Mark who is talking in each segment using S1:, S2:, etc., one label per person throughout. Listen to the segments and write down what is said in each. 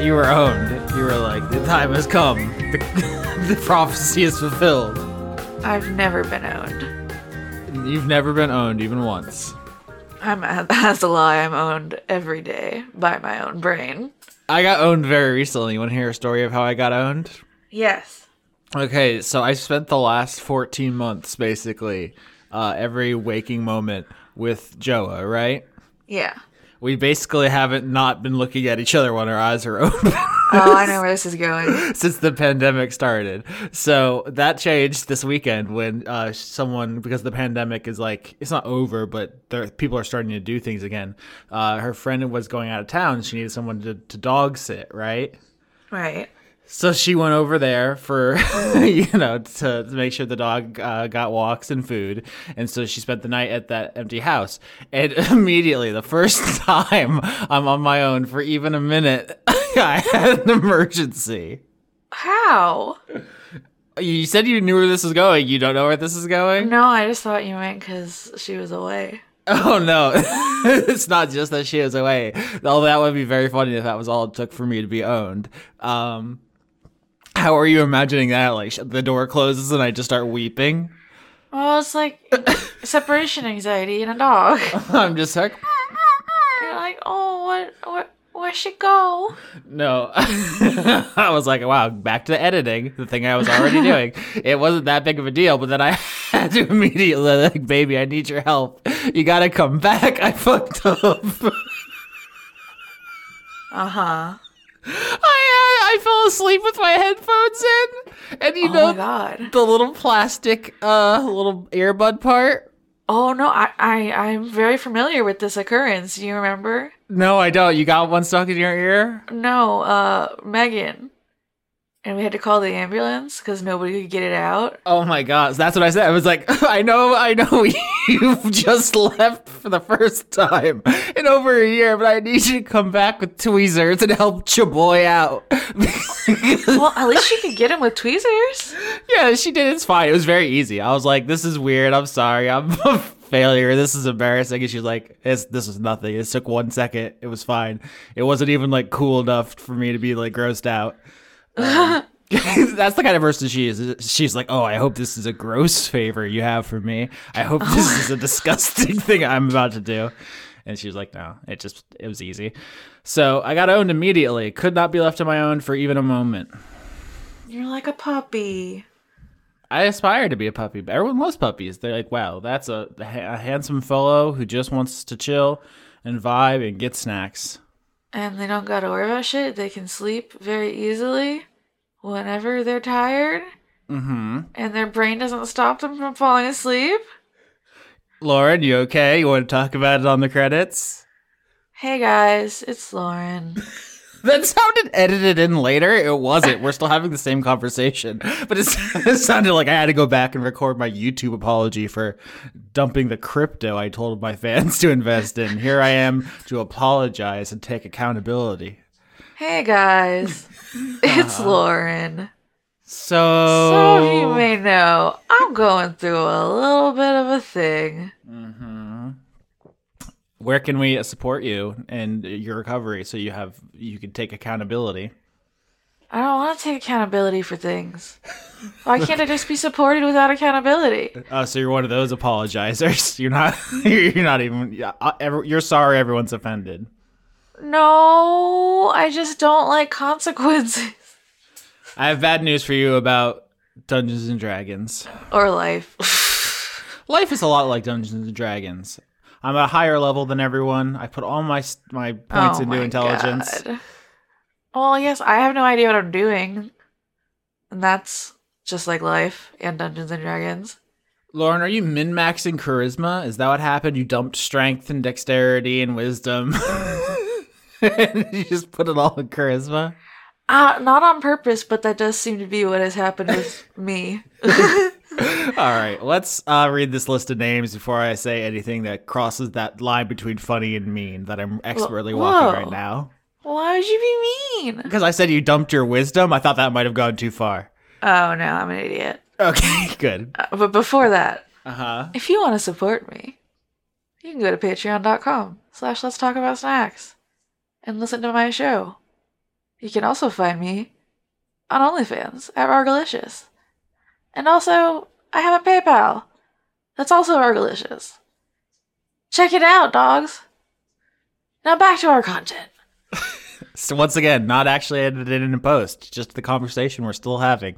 S1: you were owned. You were like, the time has come. The, the prophecy is fulfilled.
S2: I've never been owned.
S1: You've never been owned even once.
S2: I'm that's a lie. I'm owned every day by my own brain.
S1: I got owned very recently. You want to hear a story of how I got owned?
S2: Yes.
S1: Okay, so I spent the last 14 months basically, uh, every waking moment with Joa, right?
S2: Yeah.
S1: We basically haven't not been looking at each other when our eyes are open
S2: Oh, I know where this is going.
S1: since the pandemic started. So that changed this weekend when uh, someone, because the pandemic is like, it's not over, but there, people are starting to do things again. Uh, her friend was going out of town. She needed someone to, to dog sit, right?
S2: Right.
S1: So she went over there for, you know, to, to make sure the dog uh, got walks and food. And so she spent the night at that empty house. And immediately, the first time I'm on my own for even a minute, I had an emergency.
S2: How?
S1: You said you knew where this was going. You don't know where this is going?
S2: No, I just thought you meant because she was away.
S1: Oh, no. it's not just that she is away. Although that would be very funny if that was all it took for me to be owned. Um, how are you imagining that? Like, sh- the door closes and I just start weeping?
S2: Well, it's like separation anxiety in a dog.
S1: I'm just like,
S2: You're like, oh, what, what, where'd she go?
S1: no. I was like, wow, back to editing, the thing I was already doing. It wasn't that big of a deal, but then I had to immediately, like, baby, I need your help. You gotta come back. I fucked up.
S2: Uh huh.
S1: I, I, I fell asleep with my headphones in, and you
S2: Oh
S1: know
S2: my god.
S1: the little plastic, uh, little earbud part.
S2: Oh no, I, I, I'm very familiar with this occurrence. Do you remember?
S1: No, I don't. You got one stuck in your ear.
S2: No, uh, Megan. And we had to call the ambulance because nobody could get it out.
S1: Oh my gosh, that's what I said. I was like, I know, I know, you've just left for the first time in over a year, but I need you to come back with tweezers and help your boy out.
S2: Well, at least she could get him with tweezers.
S1: yeah, she did. It's fine. It was very easy. I was like, this is weird. I'm sorry. I'm a failure. This is embarrassing. And she's like, it's, this is nothing. It took one second. It was fine. It wasn't even like cool enough for me to be like grossed out. Um, that's the kind of person she is. She's like, oh, I hope this is a gross favor you have for me. I hope this is a disgusting thing I'm about to do. And she was like, no, it just, it was easy. So I got owned immediately. Could not be left on my own for even a moment.
S2: You're like a puppy.
S1: I aspire to be a puppy. Everyone loves puppies. They're like, wow, that's a, a handsome fellow who just wants to chill and vibe and get snacks.
S2: And they don't gotta worry about shit. They can sleep very easily whenever they're tired. Mm-hmm. And their brain doesn't stop them from falling asleep.
S1: Lauren, you okay? You want to talk about it on the credits?
S2: Hey guys, it's Lauren.
S1: That sounded edited in later. It wasn't. We're still having the same conversation. But it, it sounded like I had to go back and record my YouTube apology for dumping the crypto I told my fans to invest in. Here I am to apologize and take accountability.
S2: Hey guys, it's Lauren.
S1: So.
S2: So you may know, I'm going through a little bit of a thing.
S1: where can we support you and your recovery so you have you can take accountability
S2: I don't want to take accountability for things. Why can't I just be supported without accountability?
S1: uh, so you're one of those apologizers you're not you're not even yeah, uh, every- you're sorry everyone's offended
S2: No, I just don't like consequences
S1: i have bad news for you about dungeons and dragons
S2: or life.
S1: life is a lot like dungeons and dragons i'm at a higher level than everyone i put all my s- my points
S2: Oh
S1: into
S2: my
S1: intelligence
S2: God. Well, yes, I have no idea what I'm doing. And that's just like life and Dungeons and Dragons.
S1: lauren are you min-maxing charisma is that what happened you dumped strength and dexterity and wisdom and you just put it all in charisma
S2: Uh, not on purpose, but that does seem to be what has happened with me.
S1: All right, let's uh, read this list of names before I say anything that crosses that line between funny and mean that I'm expertly walking
S2: whoa.
S1: right now.
S2: Why would you be mean?
S1: Because I said you dumped your wisdom, I thought that might have gone too far.
S2: Oh no, I'm an idiot.
S1: Okay, good.
S2: Uh, but before that,
S1: Uh huh.
S2: if you want to support me, you can go to patreon.com slash let's talk about snacks and listen to my show. You can also find me on OnlyFans at Argalicious. And also, I have a PayPal. That's also Argalicious. Check it out, dogs. Now back to our content.
S1: So once again, not actually edited in post, just the conversation we're still having.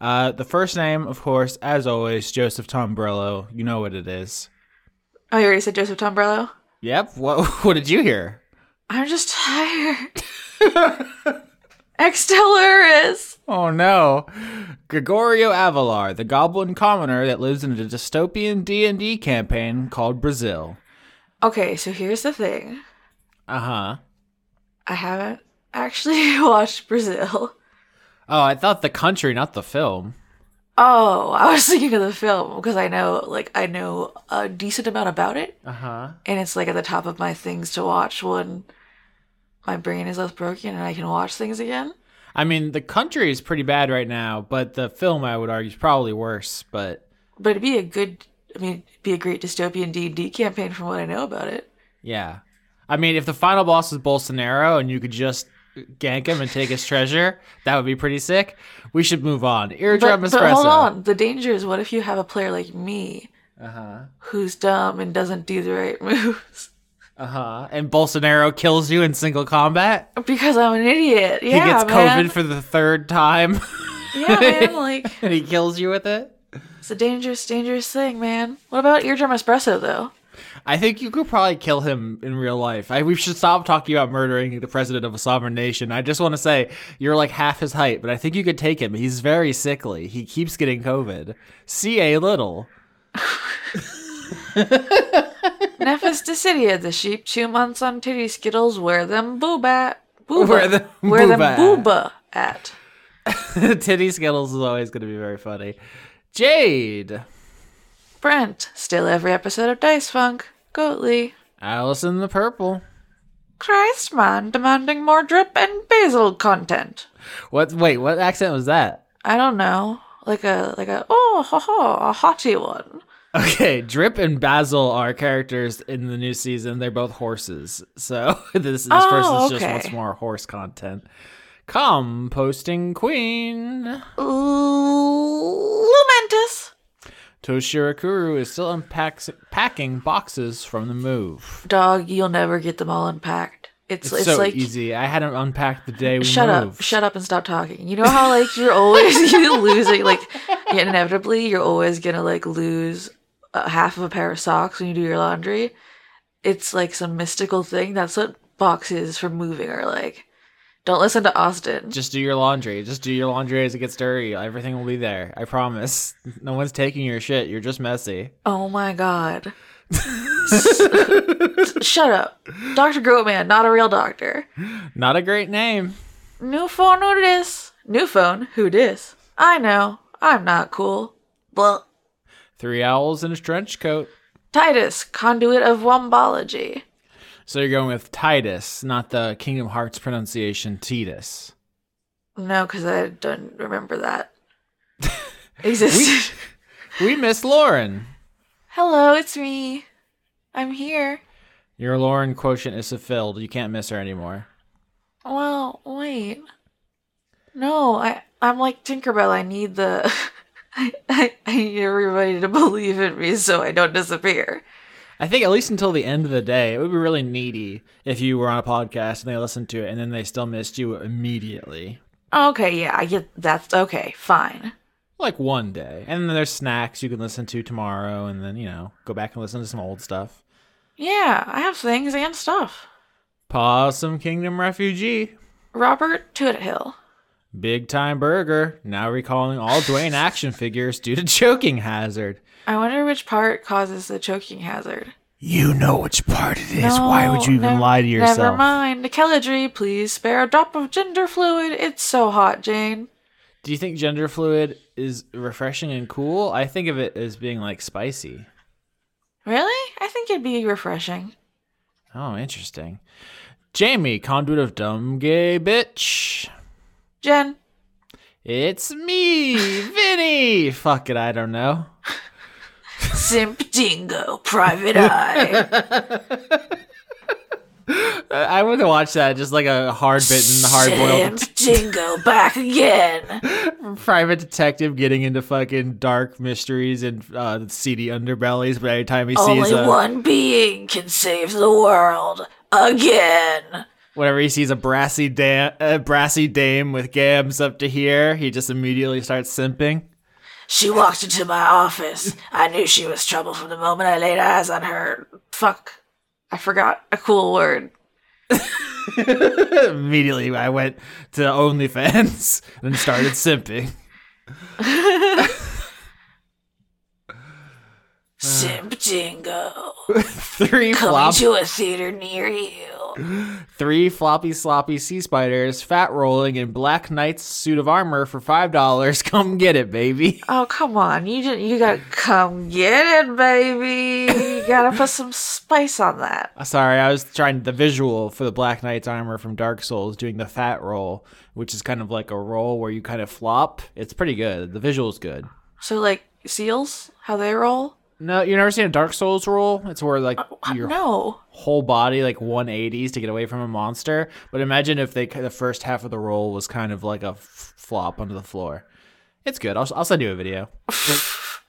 S1: Uh, the first name, of course, as always, Joseph Tombrello. You know what it is.
S2: Oh, you already said Joseph Tombrello?
S1: Yep. What What did you hear?
S2: I'm just tired. Extellaris.
S1: Oh no, Gregorio Avalar, the goblin commoner that lives in a dystopian D and D campaign called Brazil.
S2: Okay, so here's the thing.
S1: Uh huh.
S2: I haven't actually watched Brazil.
S1: Oh, I thought the country, not the film.
S2: Oh, I was thinking of the film because I know, like, I know a decent amount about it,
S1: Uh huh.
S2: and it's like at the top of my things to watch when my brain is less broken and I can watch things again.
S1: I mean, the country is pretty bad right now, but the film I would argue is probably worse. But
S2: But it'd be a good, I mean, it'd be a great dystopian D and D campaign from what I know about it.
S1: yeah, I mean, if the final boss is Bolsonaro and you could just gank him and take his treasure, that would be pretty sick. We should move on. Eardrum
S2: But,
S1: espresso.
S2: but hold on, the danger is what if you have a player like me
S1: Uh huh.
S2: who's dumb and doesn't do the right moves
S1: Uh huh. And Bolsonaro kills you in single combat.
S2: because I'm an idiot. Yeah,
S1: he gets
S2: man.
S1: COVID for the third time,
S2: yeah, man. Like
S1: and he kills you with it.
S2: it's a dangerous, dangerous thing, man. What about eardrum espresso though?
S1: I think you could probably kill him in real life. I, we should stop talking about murdering the president of a sovereign nation. I just want to say you're like half his height, but I think you could take him. He's very sickly. He keeps getting COVID. See a little.
S2: Nephis decidia, the sheep, two months on titty skittles, wear them booba, booba,
S1: Wear them
S2: wear them
S1: booba.
S2: booba at.
S1: Titty Skittles is always going to be very funny. Jade,
S2: Brent, still every episode of Dice Funk, Goatly,
S1: Alice in the Purple.
S2: Christ man, demanding more drip and basil content.
S1: What? Wait, what accent was that?
S2: I don't know, like a like a oh ho ho a haughty one.
S1: Okay, Drip and Basil are characters in the new season. They're both horses, so this this
S2: Oh,
S1: person's just
S2: okay.
S1: wants more horse content. Come, posting queen.
S2: Lumentus.
S1: Toshirakuru is still unpacks- packing boxes from the move.
S2: Dog, you'll never get them all unpacked. It's
S1: It's,
S2: it's,
S1: so
S2: like
S1: easy. I had him unpack the day we
S2: shut
S1: moved.
S2: up, shut up, and stop talking. You know how like you're always you're losing like inevitably you're always gonna like lose uh, half of a pair of socks when you do your laundry. It's like some mystical thing. That's what boxes for moving are like. Don't listen to Austin.
S1: Just do your laundry. Just do your laundry as it gets dirty. Everything will be there. I promise. No one's taking your shit. You're just messy.
S2: Oh my god. Shut up. Dr. Goatman, not a real doctor.
S1: Not a great name.
S2: New phone, who dis? New phone, who dis? I know, I'm not cool. Blah.
S1: Three owls in a trench coat.
S2: Titus, conduit of wombology.
S1: So you're going with Titus, not the Kingdom Hearts pronunciation Titus.
S2: No, because I don't remember that. Existed.
S1: We miss Lauren.
S2: Hello, it's me. I'm here.
S1: Your Lauren quotient is fulfilled. You can't miss her anymore.
S2: Well, wait. No, I I'm like Tinkerbell. I need the I, I, I need everybody to believe in me so I don't disappear.
S1: I think at least until the end of the day, it would be really needy if you were on a podcast and they listened to it and then they still missed you immediately.
S2: Okay, yeah, I get that's okay, fine.
S1: Like one day. And then there's snacks you can listen to tomorrow and then, you know, go back and listen to some old stuff.
S2: Yeah, I have things and stuff.
S1: Possum Kingdom Refugee.
S2: Robert Toothill.
S1: Big Time Burger. Now recalling all Dwayne action figures due to choking hazard.
S2: I wonder which part causes the choking hazard.
S1: You know which part it is.
S2: nev- Never mind. Kelladry, please spare a drop of gender fluid. It's so hot, Jane.
S1: Do you think gender fluid is refreshing and cool? I think of it as being like spicy.
S2: Really? I think it'd be refreshing.
S1: Oh, interesting. Jamie, conduit of dumb gay bitch.
S2: Jen,
S1: It's me, Vinny. Fuck it, I don't know.
S2: Simp Dingo, Private Eye.
S1: I would watch that just like a hard bitten, hard boiled
S2: Sam's Jingo back again.
S1: private detective getting into fucking dark mysteries and uh, seedy underbellies. But every time he sees
S2: Only
S1: a,
S2: one being can save the world again.
S1: whenever he sees a brassy da- a brassy dame with gams up to here, he just immediately starts simping.
S2: She walked into my office. I knew she was trouble from the moment I laid eyes on her. Fuck. I forgot a cool word.
S1: immediately, I went to OnlyFans and started simping. Uh.
S2: Simp Jingo.
S1: Three
S2: Coming
S1: flop,
S2: to a theater near you.
S1: three floppy sloppy sea spiders, fat rolling in Black Knight's suit of armor for five dollars. Come get it, baby.
S2: Oh come on, you didn't. You gotta come get it, baby. You gotta put some spice on that.
S1: Uh, Sorry, I was trying the visual for the Black Knight's armor from Dark Souls doing the fat roll, which is kind of like a roll where you kind of flop. It's pretty good. The visual's good.
S2: So like seals, how they roll?
S1: No, you never seen a Dark Souls roll? It's where like your
S2: uh, No.
S1: whole body like 180s to get away from a monster. But imagine if they the first half of the roll was kind of like a f- flop onto the floor. It's good. I'll, I'll send you a video.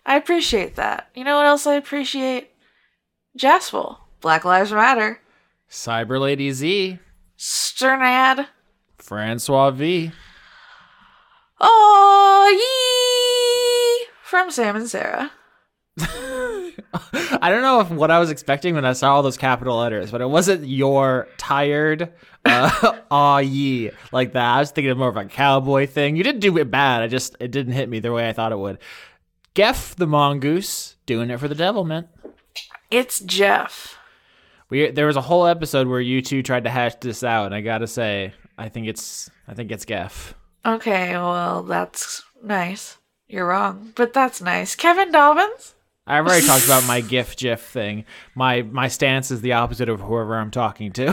S2: I appreciate that. You know what else I appreciate? Jaspel, Black Lives Matter,
S1: Cyber Lady Z,
S2: Sternad.
S1: Francois V.
S2: Oh yee! From Sam and Sarah.
S1: I don't know if what I was expecting when I saw all those capital letters, but it wasn't your tired uh, aw ye like that. I was thinking more of a cowboy thing. You didn't do it bad. I just it didn't hit me the way I thought it would. Geff the mongoose doing it for the devilment.
S2: It's Jeff.
S1: We there was a whole episode where you two tried to hash this out, and I gotta say, I think it's I think it's Geff.
S2: Okay, well that's nice. You're wrong, but that's nice. Kevin Dobbins.
S1: I've already talked about my GIF GIF thing. My my stance is the opposite of whoever I'm talking to.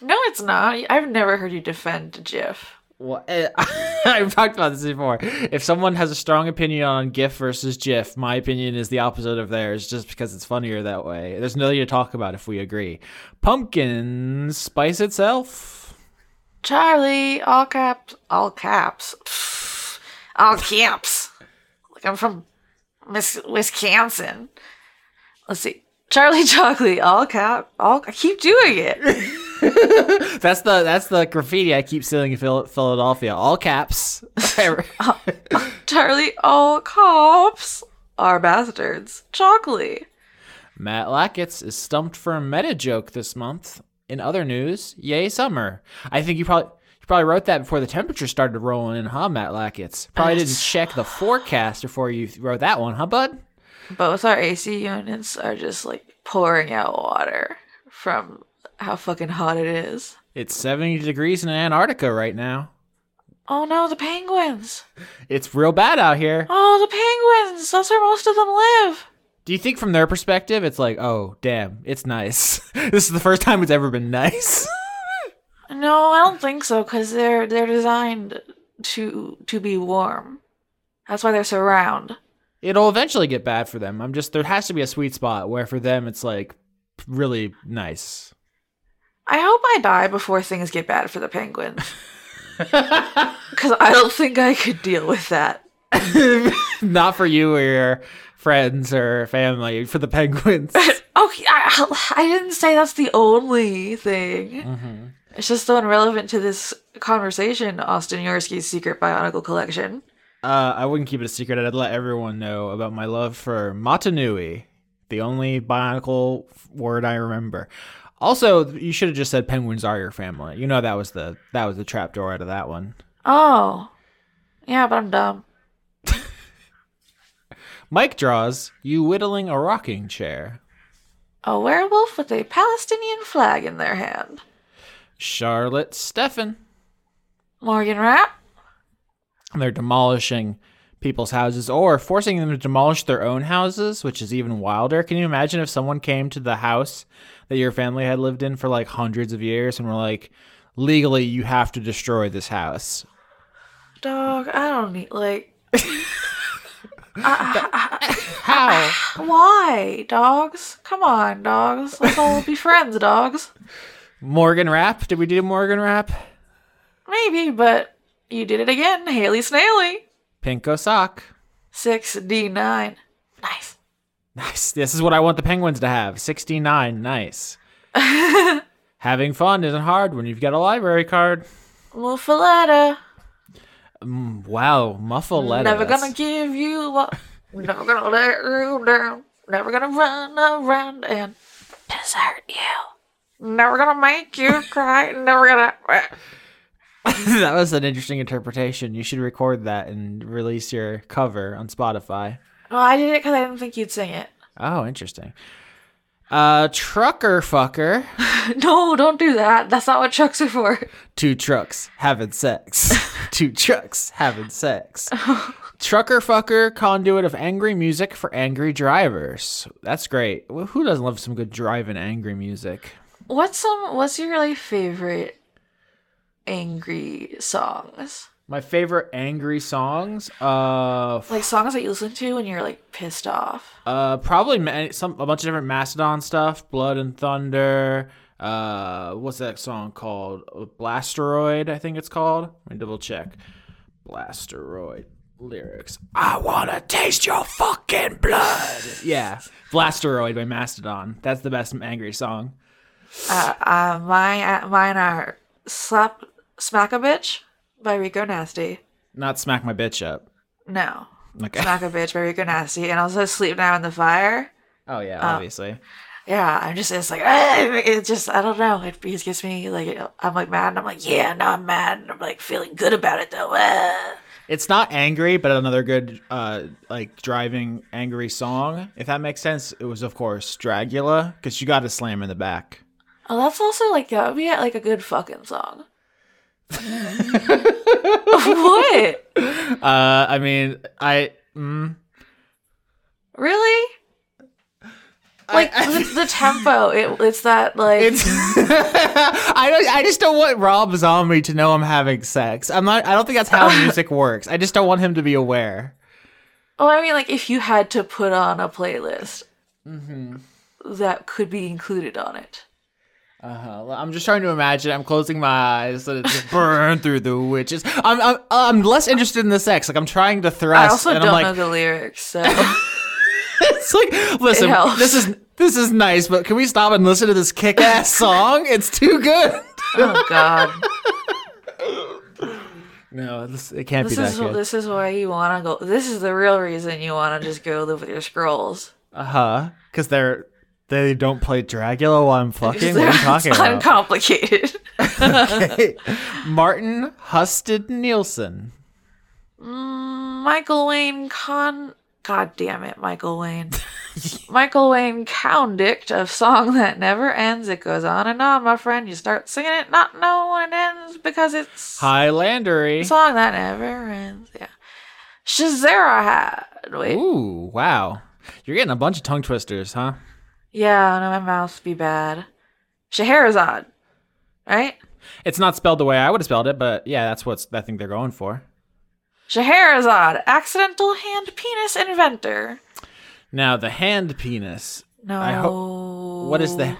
S2: No, it's not. I've never heard you defend Jeff.
S1: Well, eh, I've talked about this before. If someone has a strong opinion on GIF versus GIF, my opinion is the opposite of theirs just because it's funnier that way. There's nothing to talk about if we agree. Pumpkin spice itself.
S2: Charlie, all caps, all caps, Pfft, all caps. Like I'm from Miss Wisconsin. Let's see, Charlie Chocolate, all cap, all. I keep doing it.
S1: That's the that's the graffiti I keep seeing in Phil- Philadelphia. All caps.
S2: Charlie, all cops are bastards. Chocolate.
S1: Matt Lackitz is stumped for a meta joke this month. In other news, yay summer. I think you probably you probably wrote that before the temperature started rolling in, huh, Matt Lackitz? Probably didn't check the forecast before you wrote that one, huh, bud?
S2: Both our AC units are just like pouring out water from how fucking hot it is.
S1: It's 70 degrees in Antarctica right now.
S2: Oh no, the penguins.
S1: It's real bad out here.
S2: Oh, the penguins. That's where most of them live.
S1: Do you think from their perspective it's like, "Oh, damn, it's nice. this is the first time it's ever been nice."
S2: No, I don't think so, because they're they're designed to to be warm. That's why they're so round.
S1: It'll eventually get bad for them. I'm just there has to be a sweet spot where for them it's like really nice.
S2: I hope I die before things get bad for the penguins, because I don't think I could deal with that.
S1: Not for you or your friends or family, for the penguins. Uh,
S2: Okay, I, I didn't say that's the only thing.
S1: Mhm.
S2: It's just so irrelevant to this conversation, Austin Yorsky's Secret Bionicle Collection.
S1: Uh, I wouldn't keep it a secret. I'd let everyone know about my love for Matanui, the only bionicle f- word I remember. Also, you should have just said penguins are your family. You know that was the that was the trapdoor out of that one.
S2: Oh, yeah, but I'm dumb.
S1: Mike draws you whittling a rocking chair.
S2: A werewolf with a Palestinian flag in their hand.
S1: Charlotte Steffen.
S2: Morgan Rapp.
S1: and they're demolishing people's houses or forcing them to demolish their own houses, which is even wilder. Can you imagine if someone came to the house that your family had lived in for like hundreds of years and were like, legally, you have to destroy this house?
S2: Dog, I don't need like
S1: How?
S2: why, dogs? Come on, dogs. Let's all be friends, dogs.
S1: Morgan Rap? Did we do Morgan Rap?
S2: Maybe, but you did it again, Haley Snaily.
S1: Pinko Sock.
S2: 6D9. Nice.
S1: Nice. This is what I want the Penguins to have. 69. Nice. Having fun isn't hard when you've got a library card.
S2: Muffaletta.
S1: Mm, wow. Muffaletta.
S2: Never
S1: That's-
S2: gonna give you up. Never gonna let you down. Never gonna run around and desert you. Never gonna make you cry. Never gonna.
S1: that was an interesting interpretation. You should record that and release your cover on Spotify.
S2: Well, I did it because I didn't think you'd sing it.
S1: Oh, interesting. Uh, trucker fucker.
S2: No, don't do that. That's not what trucks are for.
S1: Two trucks having sex. Two trucks having sex. trucker fucker conduit of angry music for angry drivers. That's great. Wh- Who doesn't love some good driving angry music?
S2: What's some? What's your like favorite angry songs?
S1: My favorite angry songs. Uh, f-
S2: Like songs that you listen to when you're like pissed off.
S1: uh, probably ma- some a bunch of different Mastodon stuff. Blood and Thunder. Uh, what's that song called? Uh, Blasteroid, I think it's called. Let me double check. Blasteroid lyrics. I wanna taste your fucking blood. yeah, Blasteroid by Mastodon. That's the best angry song.
S2: Uh, uh, my uh, mine are slap smack a bitch by Rico Nasty.
S1: Not smack my bitch up.
S2: No,
S1: Okay.
S2: smack a bitch by Rico Nasty, and also sleep now in the fire.
S1: oh yeah, obviously.
S2: Yeah, I'm just it's like "Ah," it just I don't know. It, it gets me like I'm like mad. and I'm like yeah, now I'm mad. And I'm like feeling good about it though. Ah.
S1: It's not angry, but another good uh like driving angry song, if that makes sense. It was of course Dragula, because you got to slam in the back.
S2: Oh, that's also like that would be like a good fucking song. what?
S1: Uh, I mean, I mm,
S2: Really? Like
S1: I-
S2: the, the tempo, it, it's that like
S1: it's I don't I just don't want Rob Zombie to know I'm having sex. I'm not. I don't think that's how music works. I just don't want him to be aware.
S2: Oh, I mean, like if you had to put on a playlist
S1: Mm-hmm.
S2: that could be included on it.
S1: Uh-huh. I'm just trying to imagine. I'm closing my eyes and it's burn through the witches. I'm I'm I'm less interested in the sex. Like I'm trying to thrust.
S2: I also
S1: and
S2: don't
S1: I'm like,
S2: know the lyrics, so oh,
S1: it's like listen
S2: It helps.
S1: this is this is nice but can we stop and listen to this kick-ass song it's too good
S2: oh god,
S1: no this, it can't
S2: this
S1: be that
S2: is
S1: good
S2: this is why you want to go. This is the real reason you want to just go live with your scrolls.
S1: uh-huh because they're they don't play dragula while i'm fucking what are you talking
S2: it's
S1: about
S2: uncomplicated.
S1: Okay. martin husted nielsen
S2: Michael Wayne Con. God damn it, Michael Wayne. Michael Wayne Condict of Song That Never Ends. It goes on and on, my friend. You start singing it, not knowing when it ends because it's
S1: highlandery
S2: song that never ends. Yeah. Shazera had. Wait.
S1: ooh wow you're getting a bunch of tongue twisters huh
S2: Yeah, no, my mouth be bad. Scheherazade. Right?
S1: it's not spelled the way i would have spelled it but yeah that's what i think they're going for
S2: Scheherazade, accidental hand penis inventor.
S1: now the hand penis
S2: No.
S1: I what is the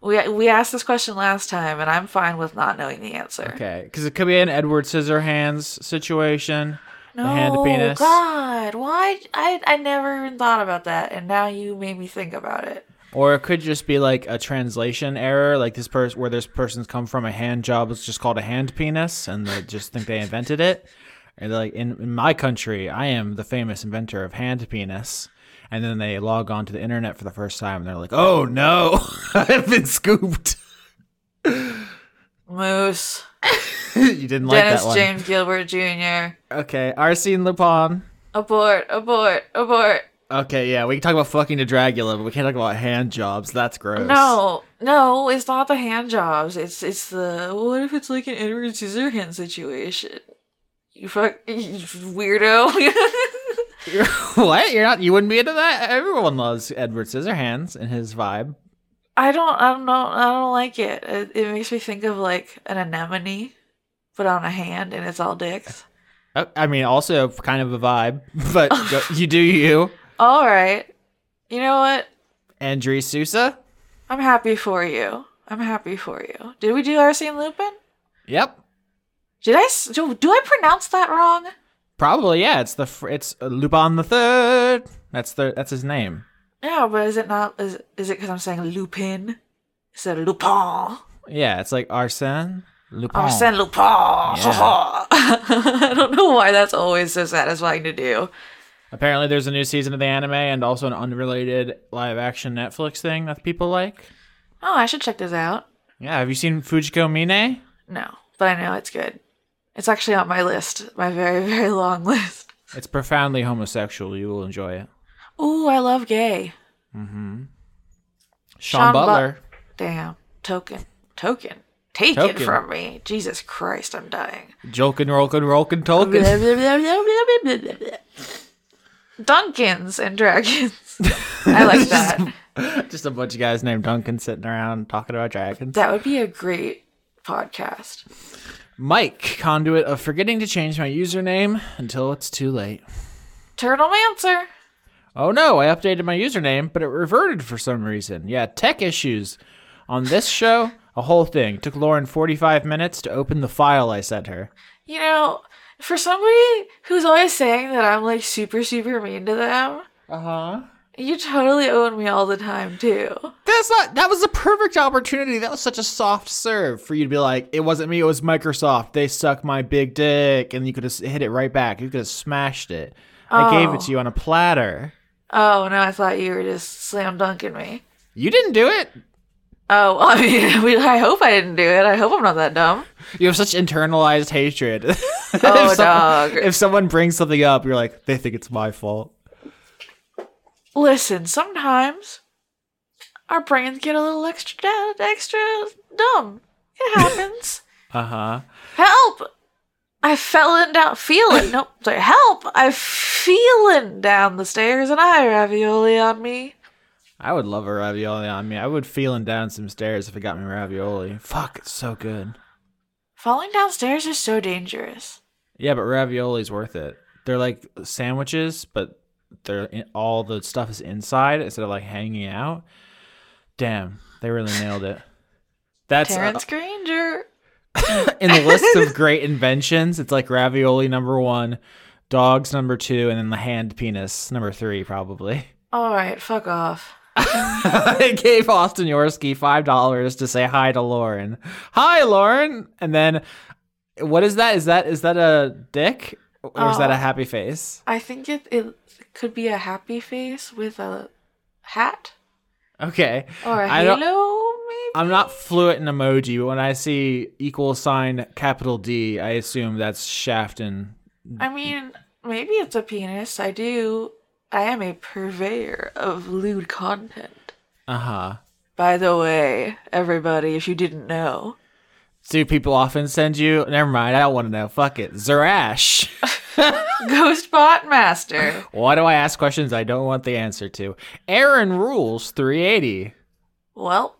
S2: We, we asked this question last time, and I'm fine with not knowing the answer.
S1: Okay, because it could be an Edward Scissorhands situation.
S2: No,
S1: hand penis.
S2: God, why? I, I never even thought about that, and now you made me think about it.
S1: Or it could just be like a translation error, like this person where this person's come from a hand job is just called a hand penis, and they just think they invented it. And they're like in, in my country, I am the famous inventor of hand penis. And then they log on to the internet for the first time, and they're like, "Oh no, I've been scooped."
S2: Moose,
S1: you didn't like
S2: Dennis
S1: that one.
S2: James Gilbert Jr.
S1: Okay, Arsene Lupin.
S2: Abort, abort, abort.
S1: Okay, yeah, we can talk about fucking to Dragula, but we can't talk about hand jobs. That's gross.
S2: No, no, it's not the hand jobs. It's it's the what if it's like an Edward Scissorhands situation? You fuck you weirdo.
S1: You're- what? You're not? You wouldn't be into that? Everyone loves Edward Scissorhands and his vibe.
S2: I don't, I don't know, I don't like it. it. It makes me think of like an anemone, but on a hand, and it's all dicks.
S1: Uh, I mean, also kind of a vibe, but go- you do you.
S2: All right, you know what?
S1: Andre Sousa.
S2: I'm happy for you. I'm happy for you. Did we do Arsene Lupin?
S1: Yep.
S2: Did I s- do, do I pronounce that wrong?
S1: Probably, yeah. It's the fr- it's uh, Lupin the Third. That's the that's his name.
S2: No, but is it not? Is is it because I'm saying Lupin instead of Lupin?
S1: Yeah, it's like Arsène Lupin.
S2: Arsène Lupin. I don't know why that's always so satisfying to do.
S1: Apparently, there's a new season of the anime and also an unrelated live action Netflix thing that people like.
S2: Oh, I should check this out.
S1: Yeah, have you seen Fujiko Mine?
S2: No, but I know it's good. It's actually on my list, my very very long list.
S1: It's profoundly homosexual. You will enjoy it.
S2: Ooh, I love gay.
S1: Sean,
S2: Sean Bu-
S1: Butler.
S2: Damn, token, token, take
S1: Token.
S2: it from me. Jesus Christ, I'm dying.
S1: Jolkin, Rolkin, Rolkin, Tolkin.
S2: Dunkins and dragons. I like that.
S1: Just a bunch of guys named Duncan sitting around talking about dragons.
S2: That would be a great podcast.
S1: Mike, conduit of forgetting to change my username until it's too late.
S2: Turtle Mancer.
S1: Oh no, I updated my username, but it reverted for some reason. Yeah, tech issues. On this show, a whole thing. Took Lauren 45 minutes to open the file I sent her.
S2: You know, for somebody who's always saying that I'm like super, super mean to them,
S1: Uh huh.
S2: you totally own me all the time too.
S1: That's not. That was a perfect opportunity. That was such a soft serve for you to be like, "It wasn't me. It was Microsoft. They suck my big dick," and you could have hit it right back. You could have smashed it. I gave it
S2: Oh.
S1: to you on a platter.
S2: Oh no, I thought you were just slam dunking me.
S1: You didn't do it.
S2: Oh, well, I mean, we, I hope I didn't do it. I hope I'm not that dumb.
S1: You have such internalized hatred. Oh, if someone,
S2: dog.
S1: If someone brings something up, you're like, "They think it's my fault."
S2: Listen, sometimes our brains get a little extra, extra dumb. It happens.
S1: Uh huh.
S2: Help! I fellin down, feeling. nope, sorry. Help! I feeling down the stairs, and I ravioli on me.
S1: I would love a ravioli on me. I would feeling down some stairs if it got me ravioli. Fuck, it's so good.
S2: Falling downstairs is so dangerous.
S1: Yeah, but ravioli's worth it. They're like sandwiches, but they're in, all the stuff is inside instead of like hanging out. Damn, they really nailed it. That's uh,
S2: Terrence Granger.
S1: in the list of great inventions. It's like ravioli number one, dogs number two, and then the hand penis number three, probably.
S2: All right, fuck off.
S1: I gave Austin Yorsky five dollars to say hi to Lauren. Hi, Lauren. And then, what is that? Is that is that a dick or is that a
S2: Oh.
S1: happy face?
S2: I think it it could be a happy face with a hat
S1: Okay.
S2: or a
S1: I
S2: halo,
S1: don't-
S2: maybe.
S1: I'm not fluent in emoji, but when I see equal sign capital D, I assume that's Shafton.
S2: I mean, maybe it's a penis. I do. I am a purveyor of lewd content.
S1: Uh huh.
S2: By the way, everybody, if you didn't know,
S1: Do people often send you? Never mind. I don't want to know. Fuck it. Zerash.
S2: Ghostbot Master.
S1: Why do I ask questions I don't want the answer to? Aaron rules 380.
S2: Well,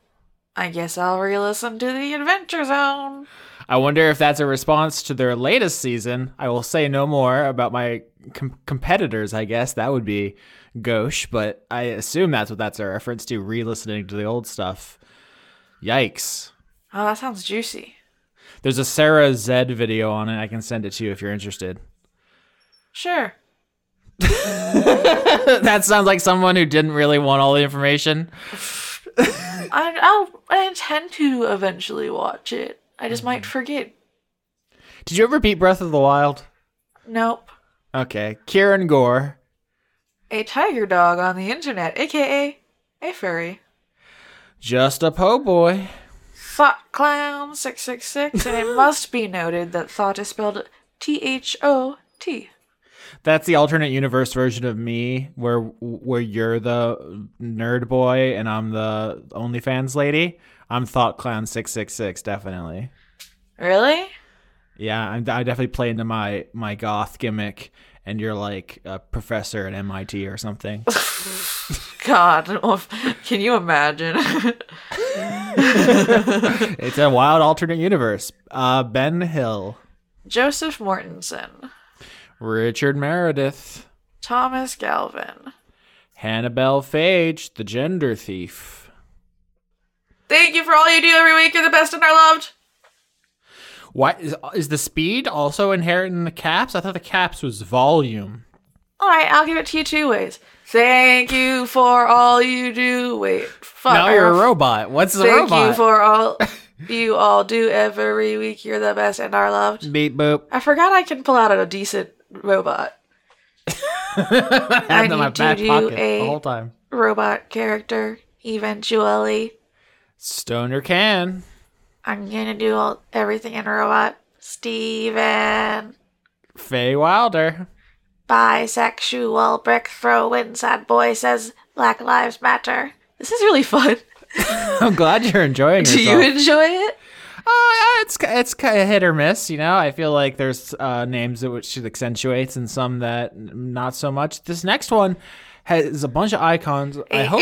S2: I guess I'll re listen to The Adventure Zone.
S1: I wonder if that's a response to their latest season. I will say no more about my com- competitors, I guess. That would be gauche, but I assume that's what that's a reference to re listening to the old stuff. Yikes.
S2: Oh, that sounds juicy.
S1: There's a Sarah Z video on it. I can send it to you if you're interested.
S2: Sure.
S1: that sounds like someone who didn't really want all the information.
S2: I, I'll, I intend to eventually watch it. I just might
S1: Mm-hmm.
S2: forget.
S1: Did you ever beat Breath of the Wild?
S2: Nope.
S1: Okay. Kieran Gore.
S2: A tiger dog on the internet, aka a furry.
S1: Just a po' boy.
S2: Thought Clown 666, and it must be noted that thought is spelled T H O T.
S1: That's the alternate universe version of me, where where you're the nerd boy and I'm the OnlyFans lady. I'm Thought Clown six six six, definitely.
S2: Really?
S1: Yeah, I'm, I definitely play into my my goth gimmick, and you're like a professor at MIT or something.
S2: God, can you imagine?
S1: it's a wild alternate universe. Uh, ben Hill,
S2: Joseph Mortensen,
S1: Richard Meredith,
S2: Thomas Galvin,
S1: Hannibal Phage, the gender thief.
S2: Thank you for all you do every week. You're the best and are loved.
S1: What is, is the speed also inherent in the caps? I thought the caps was volume.
S2: All right, I'll give it to you two ways. Thank you for all you do. Wait, fuck.
S1: now you're a
S2: off.
S1: robot. What's the
S2: Oh, Thank
S1: robot?
S2: you for all you all do every week. You're the best and are loved.
S1: Beep boop.
S2: I forgot I can pull out a decent robot
S1: I had them in my
S2: need to
S1: back
S2: do
S1: pocket
S2: a-
S1: the whole time.
S2: robot character. Eventually,
S1: Stoner can.
S2: I'm gonna do all, everything in a robot. Steven.
S1: Faye Wilder.
S2: bisexual brick throwing sad boy says black lives matter this is really fun
S1: I'm glad you're enjoying yourself.
S2: do you enjoy it
S1: Uh, it's ki- it's kind of hit or miss, you know. I feel like there's uh, names that which she accentuates and some that n- not so much. This next one has a bunch of icons. I hope.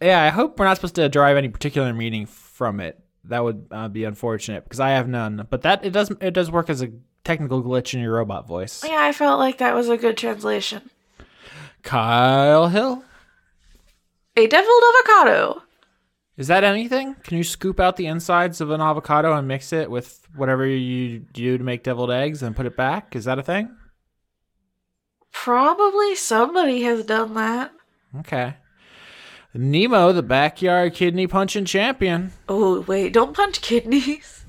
S1: yeah, I hope we're not supposed to derive any particular meaning from it. That would uh, be unfortunate because I have none. But that it does it does work as a technical glitch in your robot voice.
S2: Oh, yeah i felt like that was a good translation
S1: Kyle Hill,
S2: a deviled avocado
S1: is that anything? Can you scoop out the insides of an avocado and mix it with whatever you do to make deviled eggs and put it back? Is that a thing?
S2: probably somebody has done that
S1: Okay. Nemo, the backyard kidney punching champion.
S2: oh wait don't punch kidneys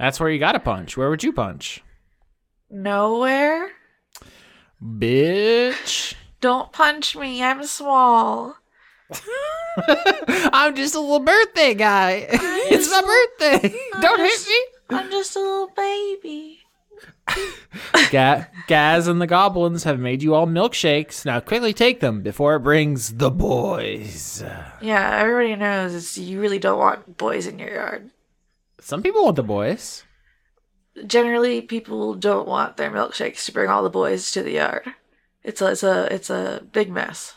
S1: That's where you gotta punch. Where would you punch?
S2: nowhere
S1: Bitch.
S2: don't punch me i'm small
S1: I'm just a little birthday guy. it's my birthday. Don't hit me.
S2: i'm just a little baby
S1: Ga- Gaz and the goblins have made you all milkshakes. Now quickly take them before it brings the boys.
S2: yeah everybody knows it's you really don't want boys in your yard
S1: Some people want the boys.
S2: generally people don't want their milkshakes to bring all the boys to the yard. It's a, it's a it's a big mess.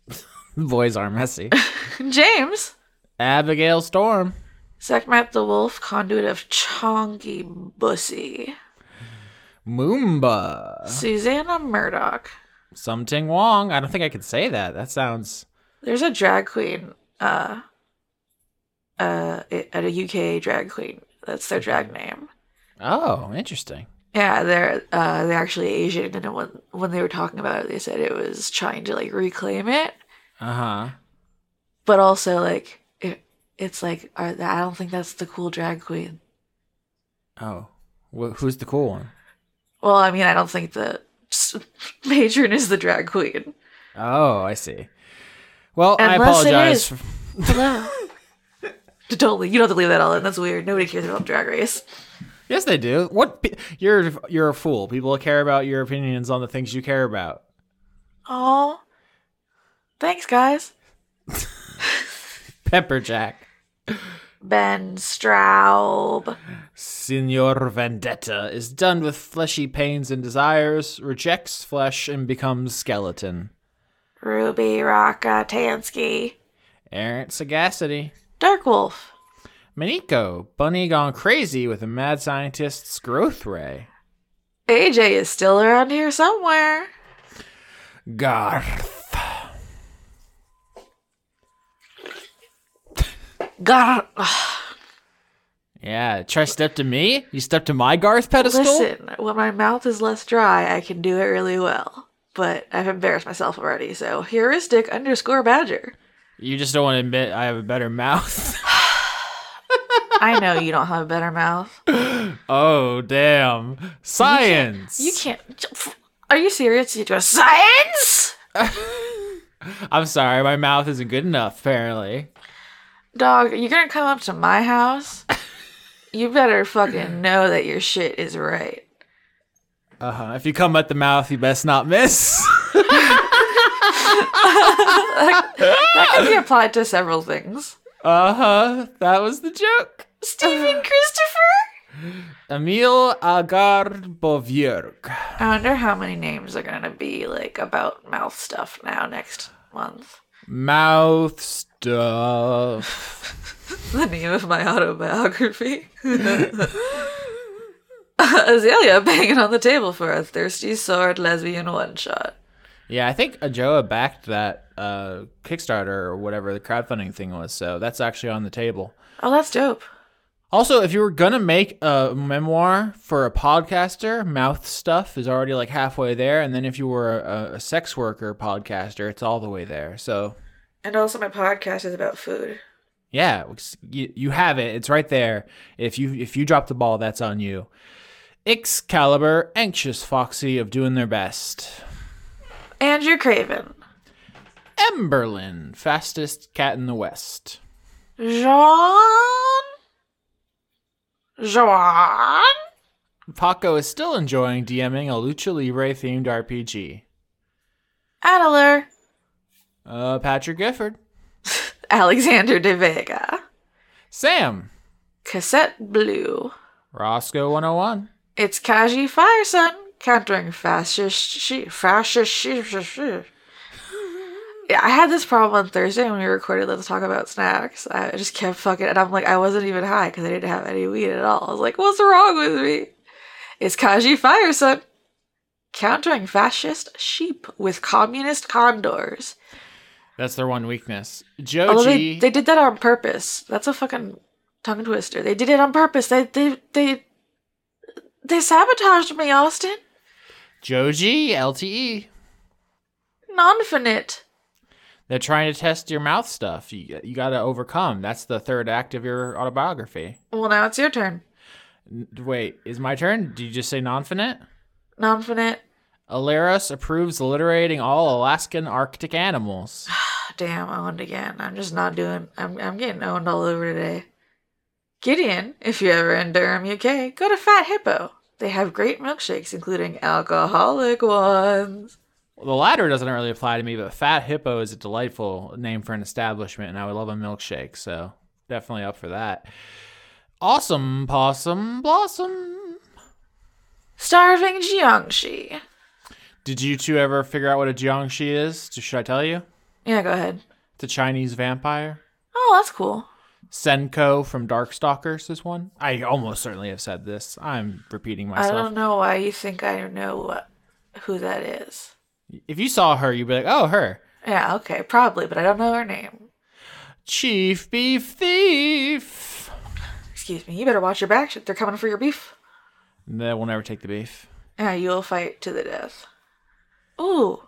S1: Boys are messy.
S2: James,
S1: Abigail Storm.
S2: Sekhmet the wolf, conduit of Chonky Bussy,
S1: Moomba.
S2: Susanna Murdoch.
S1: Something Wong. I don't think I could say that. That sounds
S2: There's a drag queen, uh, uh, at a UK drag queen. That's their drag name.
S1: Oh, interesting.
S2: Yeah, they're uh, they're actually Asian, and when when they were talking about it, they said it was trying to like reclaim it.
S1: Uh huh.
S2: but also like it, it's like are, I don't think that's the cool drag queen.
S1: Oh, Wh- who's the cool one?
S2: Well, I mean, I don't think the s- patron is the drag queen.
S1: Oh, I see. Well, I
S2: Unless it
S1: apologize.
S2: is.
S1: For,
S2: Hello. Totally, you don't have to leave that all in. That's weird. Nobody cares about Drag Race.
S1: yes, they do. What? pe- You're you're a fool. People care about your opinions on the things you care about.
S2: Oh, thanks, guys.
S1: Pepperjack,
S2: Ben Straub,
S1: Signor Vendetta is done with fleshy pains and desires, rejects flesh and becomes skeleton.
S2: Ruby Raka Tansky,
S1: Errant sagacity.
S2: Dark Wolf,
S1: Miniko, bunny gone crazy with a mad scientist's growth ray.
S2: AJ is still around here somewhere.
S1: Garth.
S2: God,
S1: Yeah, try step to me. You step to my Garth pedestal.
S2: Listen, when my mouth is less dry, I can do it really well. But I've embarrassed myself already, so heuristic underscore badger.
S1: You just don't want to admit I have a better mouth.
S2: I know you don't have a better mouth.
S1: oh damn! Science.
S2: You can't. Are you serious? You do a science?
S1: I'm sorry, my mouth isn't good enough. Apparently,
S2: Dog, you're gonna come up to my house? You better fucking know that your shit is right.
S1: uh huh. If you come at the mouth, you best not miss.
S2: That could be applied to several things.
S1: uh huh. That was the joke.
S2: Stephen Christopher?
S1: Emile Agar Bovierk.
S2: I wonder how many names are gonna be like about mouth stuff now next month.
S1: Mouth stuff.
S2: the name of my autobiography. Azalea banging on the table for a thirsty sword lesbian one shot.
S1: Yeah, I think Ajoa backed that uh, Kickstarter or whatever the crowdfunding thing was. So that's actually on the table.
S2: Oh, that's dope.
S1: Also, if you were gonna make a memoir for a podcaster, mouth stuff is already like halfway there, and then if you were a, a sex worker podcaster, it's all the way there. So
S2: And also, my podcast is about food.
S1: yeah, it's- you, you have it. It's right there. If you if you drop the ball, that's on you. Excalibur, anxious Foxy of doing their best.
S2: Andrew Craven,
S1: Emberlyn, fastest cat in the west.
S2: Jean, Jean,
S1: Paco is still enjoying DMing a Lucha Libre themed RPG.
S2: Adler,
S1: Uh, Patrick Gifford,
S2: Alexander De Vega,
S1: Sam,
S2: Cassette Blue.
S1: Roscoe 101.
S2: It's Kaji Firesun countering fascist she fascist she. she- she. Yeah, I had this problem on Thursday when we recorded Let's Talk About Snacks. I just kept fucking, and I'm like, I wasn't even high because I didn't have any weed at all. I was like, what's wrong with me? It's Kaji Firesun countering fascist sheep with communist condors.
S1: That's their one weakness.
S2: Although
S1: Joji,
S2: they, they did that on purpose. That's a fucking tongue twister. They did it on purpose. They they they they sabotaged me, Austin.
S1: Joji, LTE.
S2: Non-finite.
S1: They're trying to test your mouth stuff. You, you got to overcome. That's the third act of your autobiography.
S2: Well, now it's your turn.
S1: N- Wait, is my turn? Did you just say nonfinite?
S2: Non-finite.
S1: Alaris approves alliterating all Alaskan Arctic animals.
S2: Oh, Damn, owned again. I'm just not doing. I'm I'm getting owned all over today. Gideon, if you're ever in Durham, UK, go to Fat Hippo. They have great milkshakes, including alcoholic ones.
S1: Well, the latter doesn't really apply to me, but Fat Hippo is a delightful name for an establishment, and I would love a milkshake, so definitely up for that. Awesome Possum Blossom.
S2: Starving Jiangshi.
S1: Did you two ever figure out what a Jiangxi is? Should I tell you?
S2: Yeah, go ahead.
S1: It's a Chinese vampire.
S2: Oh, that's cool.
S1: Senko from Darkstalkers is one. I almost certainly have said this. I'm repeating
S2: I
S1: myself.
S2: don't know why you think I know what, who that is.
S1: If you saw her, you'd be like, oh, her.
S2: Yeah, okay, probably, but I don't know her name.
S1: Chief Beef Thief.
S2: Excuse me, you better watch your back. They're coming for your beef.
S1: That will never take the beef.
S2: Yeah, you'll fight to the death. Ooh,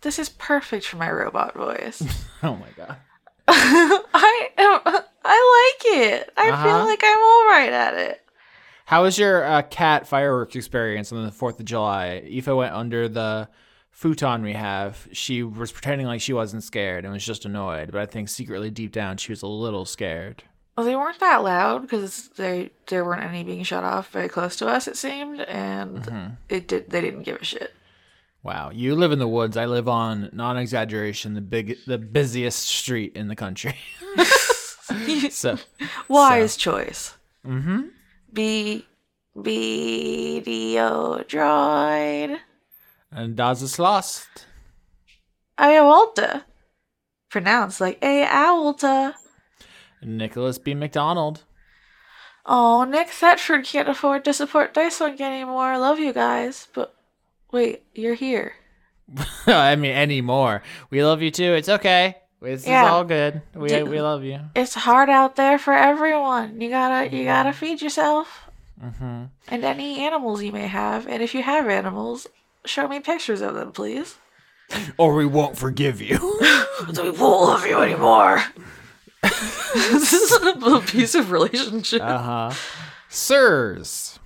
S2: this is perfect for my robot voice.
S1: Oh my god.
S2: I am, I like it. I
S1: Uh-huh.
S2: feel like I'm all right at it.
S1: How was your uh, cat fireworks experience on the 4th of July? Aoife went under the futon we have. She was pretending like she wasn't scared and was just annoyed, but I think secretly deep down she was a little scared.
S2: Well, they weren't that loud because they there weren't any being shut off very close to us. It seemed, and
S1: Mm-hmm.
S2: it did. They didn't give a shit.
S1: Wow, you live in the woods. I live on non-exaggeration, the big the busiest street in the country. so,
S2: Wise choice.
S1: mhm.
S2: B video droid.
S1: And das ist lost.
S2: Ayawalta. Pronounced like Ayawalta.
S1: Nicholas B. McDonald.
S2: Oh, Nick Thetford can't afford to support Dice Link anymore. I love you guys. But wait, you're here.
S1: I mean, any more. We love you too. It's okay. This
S2: Yeah.
S1: is all good. We
S2: Do-
S1: we love you.
S2: It's hard out there for everyone. You gotta you gotta feed yourself
S1: Mhm.
S2: and any animals you may have. And if you have animals, show me pictures of them, please.
S1: or we won't forgive you.
S2: So we won't love you anymore. this is an abusive relationship.
S1: uh huh. Sirs.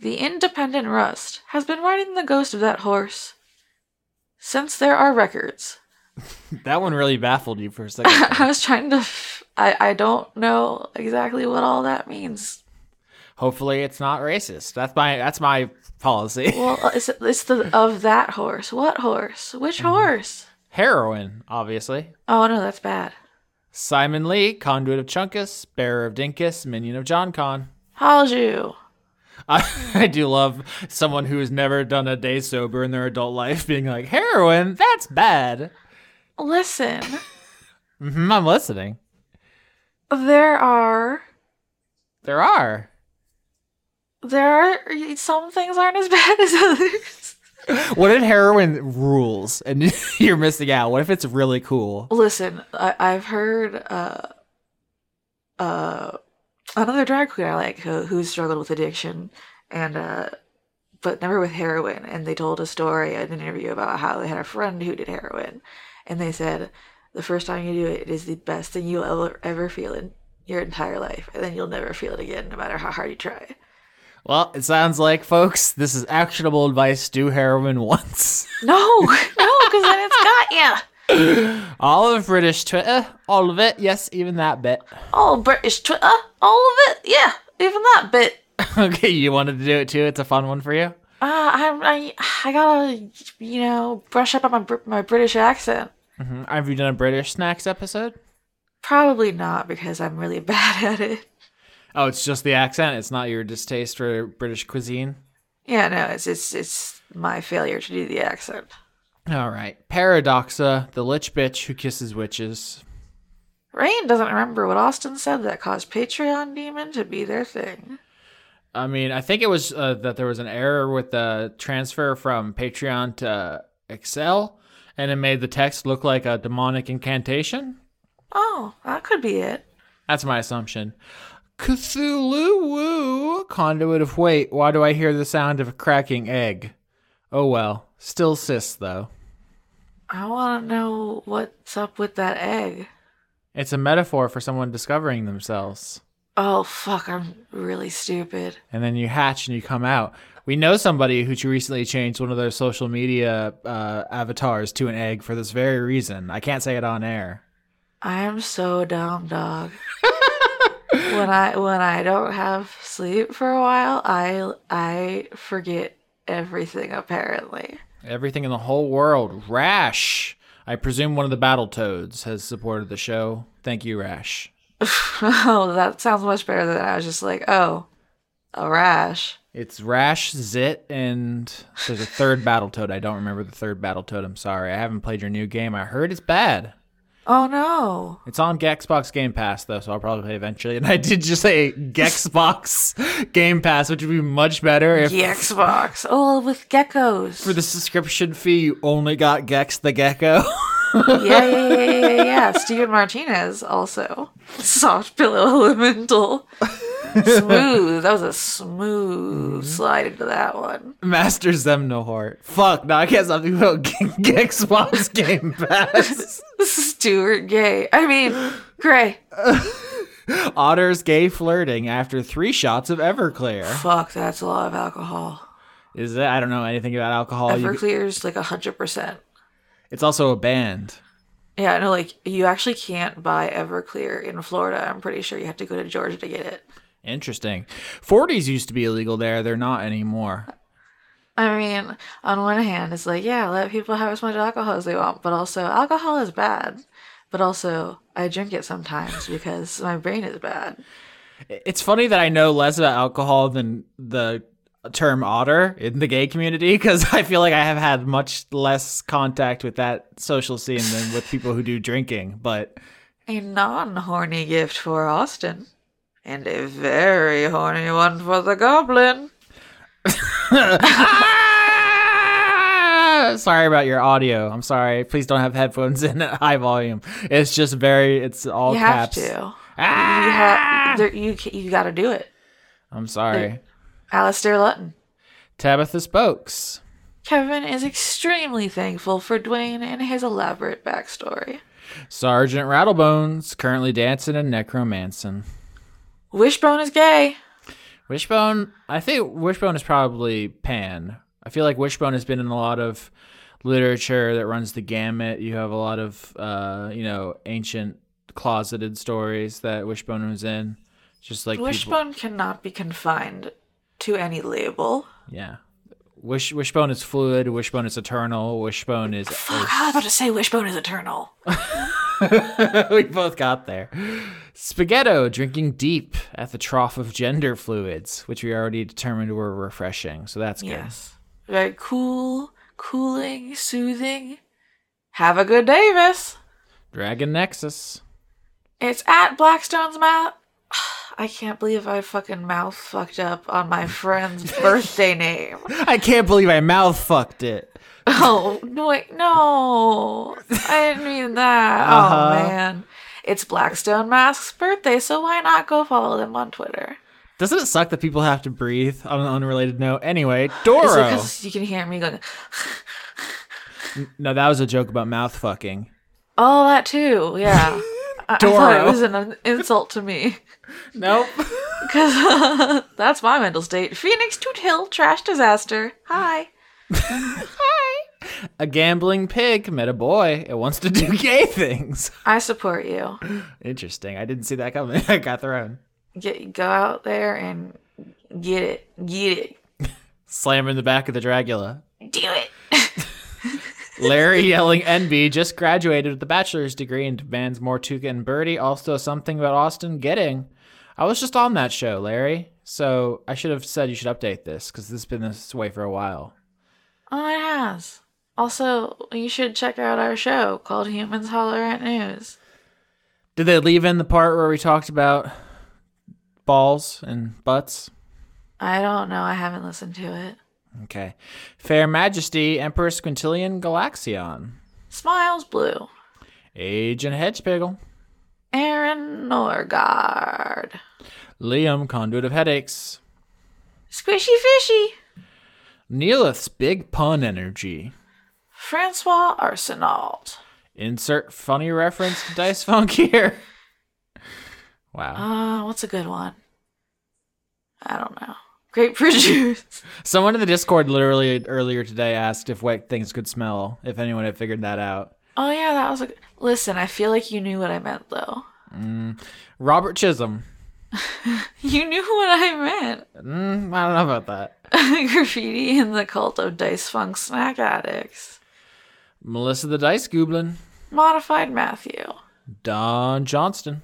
S2: The independent Rust has been riding the ghost of that horse since there are records.
S1: That one really baffled you for a second.
S2: I was trying to. F- I I don't know exactly what all that means.
S1: Hopefully, it's not racist. That's my that's my policy.
S2: Well, it's it's the of that horse. What horse? Which horse?
S1: Heroin, obviously.
S2: Oh no, that's bad.
S1: Simon Lee, conduit of Chunkus, bearer of Dinkus, minion of John Con.
S2: Halju.
S1: I, I do love someone who has never done a day sober in their adult life being like, heroin, that's bad.
S2: Listen,
S1: hmm I'm listening.
S2: there are
S1: There are.
S2: there are some things aren't as bad as others.
S1: What if heroin rules and you're missing out? What if it's really cool?
S2: Listen, I, I've heard uh, uh, another drag queen I like who who struggled with addiction and uh, but never with heroin. And they told a story in an interview about how they had a friend who did heroin, and they said the first time you do it, it is the best thing you'll ever ever feel in your entire life, and then you'll never feel it again, no matter how hard you try.
S1: Well, it sounds like, folks, this is actionable advice. Do heroin once.
S2: No, no, because then it's got ya.
S1: all of British Twitter, all of it. Yes, even that bit.
S2: All British Twitter, all of it. Yeah, even that bit.
S1: okay, you wanted to do it too. It's a fun one for you.
S2: Uh, I, I, I gotta, you know, brush up on my Br- my British accent.
S1: hmm Have you done a British snacks episode?
S2: Probably not because I'm really bad at it.
S1: Oh, it's just the accent. It's not your distaste for British cuisine.
S2: Yeah, no, it's it's it's my failure to do the accent.
S1: All right. Paradoxa, the lich bitch who kisses witches.
S2: Rain doesn't remember what Austin said that caused Patreon Demon to be their thing.
S1: I mean, I think it was uh, that there was an error with the transfer from Patreon to uh, Excel, and it made the text look like a demonic incantation.
S2: Oh, that could be it.
S1: That's my assumption. Cthulhu woo conduit of wait. Why do I hear the sound of a cracking egg? Oh well, still cis though.
S2: I want to know what's up with that egg.
S1: It's a metaphor for someone discovering themselves.
S2: Oh fuck, I'm really stupid.
S1: and then you hatch and you come out. We know somebody who recently changed one of their social media uh, avatars to an egg for this very reason. I can't say it on air.
S2: I am so dumb, dog. when I when I don't have sleep for a while, I I forget everything apparently.
S1: Everything in the whole world. Rash. I presume one of the battle toads has supported the show. Thank you, Rash.
S2: oh, that sounds much better than I was just like, oh, a rash.
S1: It's Rash, Zit, and there's a third battle toad. I don't remember the third battle toad. I'm sorry. I haven't played your new game. I heard it's bad.
S2: Oh no.
S1: It's on Gexbox Game Pass though, so I'll probably play eventually. And I did just say Gexbox Game Pass, which would be much better if
S2: The Xbox. Oh, with geckos.
S1: for the subscription fee you only got Gex the Gecko.
S2: yeah, yeah, yeah, yeah, yeah, yeah. Steven Martinez also. Soft pillow elemental. smooth. That was a smooth
S1: Mm-hmm.
S2: slide into that one.
S1: Master Zemnohort. Fuck, no, I can't stop thinking about Ge- Gexbox Game Pass.
S2: Stuart Gay. I mean, Gray.
S1: Otter's gay flirting after three shots of Everclear.
S2: Fuck, that's a lot of alcohol.
S1: Is it? I don't know anything about alcohol. Oh, You-
S2: Everclear's like 100%.
S1: it's also a band.
S2: Yeah, no, like you actually can't buy Everclear in Florida. I'm pretty sure you have to go to Georgia to get it.
S1: Interesting. 40s used to be illegal there. They're not anymore.
S2: I mean, on one hand, it's like, yeah, let people have as much alcohol as they want, but also alcohol is bad. But also, I drink it sometimes because my brain is bad.
S1: It's funny that I know less about alcohol than the term otter in the gay community because I feel like I have had much less contact with that social scene than with people who do drinking. But
S2: A non horny gift for Austin, and a very horny one for the goblin.
S1: Ah! sorry about your audio. I'm sorry. Please don't have headphones in at high volume. It's just very. It's all
S2: you have
S1: caps.
S2: to.
S1: Ah!
S2: You, ha- there, you, ca- you gotta do it.
S1: I'm sorry.
S2: Alistair Lutton.
S1: Tabitha Spokes.
S2: Kevin is extremely thankful for Dwayne and his elaborate backstory.
S1: Sergeant Rattlebones currently dancing and necromancing.
S2: Wishbone is gay.
S1: Wishbone, I think Wishbone is probably pan. I feel like Wishbone has been in a lot of literature that runs the gamut. You have a lot of, uh, you know, ancient closeted stories that Wishbone was in. Just like people-
S2: Wishbone cannot be confined to any label.
S1: yeah. Wish Wishbone is fluid. Wishbone is eternal. Wishbone is.
S2: Fuck, I was about to say Wishbone is eternal.
S1: we both got there. Spaghetto drinking deep at the trough of gender fluids, which we already determined were refreshing. So that's good.
S2: Yes. Very cool, cooling, soothing. Have a good Davis.
S1: Dragon Nexus.
S2: It's at Blackstone's Mouth. I can't believe I fucking mouth fucked up on my friend's birthday name.
S1: I can't believe I mouth fucked it.
S2: Oh no! Wait, no, I didn't mean that.
S1: Uh-huh.
S2: Oh man, it's Blackstone Mask's birthday, so why not go follow them on Twitter?
S1: Doesn't it suck that people have to breathe on an unrelated note? Anyway,
S2: It's
S1: Doro.
S2: because you can hear me going,
S1: No, that was a joke about mouth fucking.
S2: "Oh, that too." Yeah, I-, I thought it
S1: Doro.
S2: was an insult to me.
S1: Nope.
S2: Because that's my mental state. Phoenix Toot Hill, trash disaster. Hi.
S1: a gambling pig met a boy. It wants to do gay things.
S2: I support you.
S1: Interesting. I didn't see that coming. I got thrown.
S2: Get, go out there and get it. Get it.
S1: Slam in the back of the Dragula.
S2: Do it.
S1: Larry yelling NB just graduated with a bachelor's degree and demands more Tuca and Birdie. Also, something about Austin getting. I was just on that show, Larry. So I should have said you should update this because this has been this way for a while.
S2: Oh, it has. Also, you should check out our show called Humans Holler at News.
S1: Did they leave in the part where we talked about balls and butts?
S2: I don't know. I haven't listened to it.
S1: Okay. Fair Majesty, Emperor Squintilian Galaxion.
S2: Smiles Blue.
S1: Agent Hedgepiggle.
S2: Aaron Norgard.
S1: Liam, Conduit of Headaches.
S2: Squishy Fishy.
S1: Neelith's Big Pun Energy.
S2: Francois Arsenault.
S1: Insert funny reference to Dice Funk here. Wow.
S2: Uh, what's a good one? I don't know. Grapefruit juice.
S1: Someone in the Discord literally earlier today asked if wet things could smell, if anyone had figured that out.
S2: Oh yeah, that was a. good- Listen, I feel like you knew what I meant though.
S1: Robert Chisholm.
S2: You knew what I meant.
S1: Mm, I don't know about that.
S2: Graffiti in the cult of Dice Funk Snack Addicts.
S1: Melissa the Dice Goblin.
S2: Modified Matthew.
S1: Don Johnston.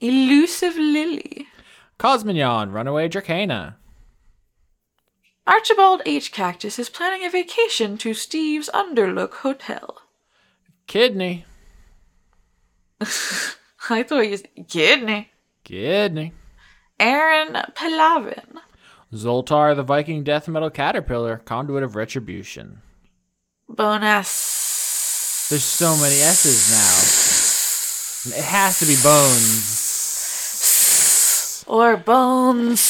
S2: Elusive Lily.
S1: Cosmignon, Runaway Dracana.
S2: Archibald H. Cactus is planning a vacation to Steve's Underlook Hotel.
S1: Kidney.
S2: I thought you said kidney.
S1: Kidney.
S2: Aaron Palavin.
S1: Zoltar the Viking Death Metal Caterpillar, Conduit of Retribution.
S2: Bonus.
S1: There's so many S's now. It has to be Bones.
S2: or bones.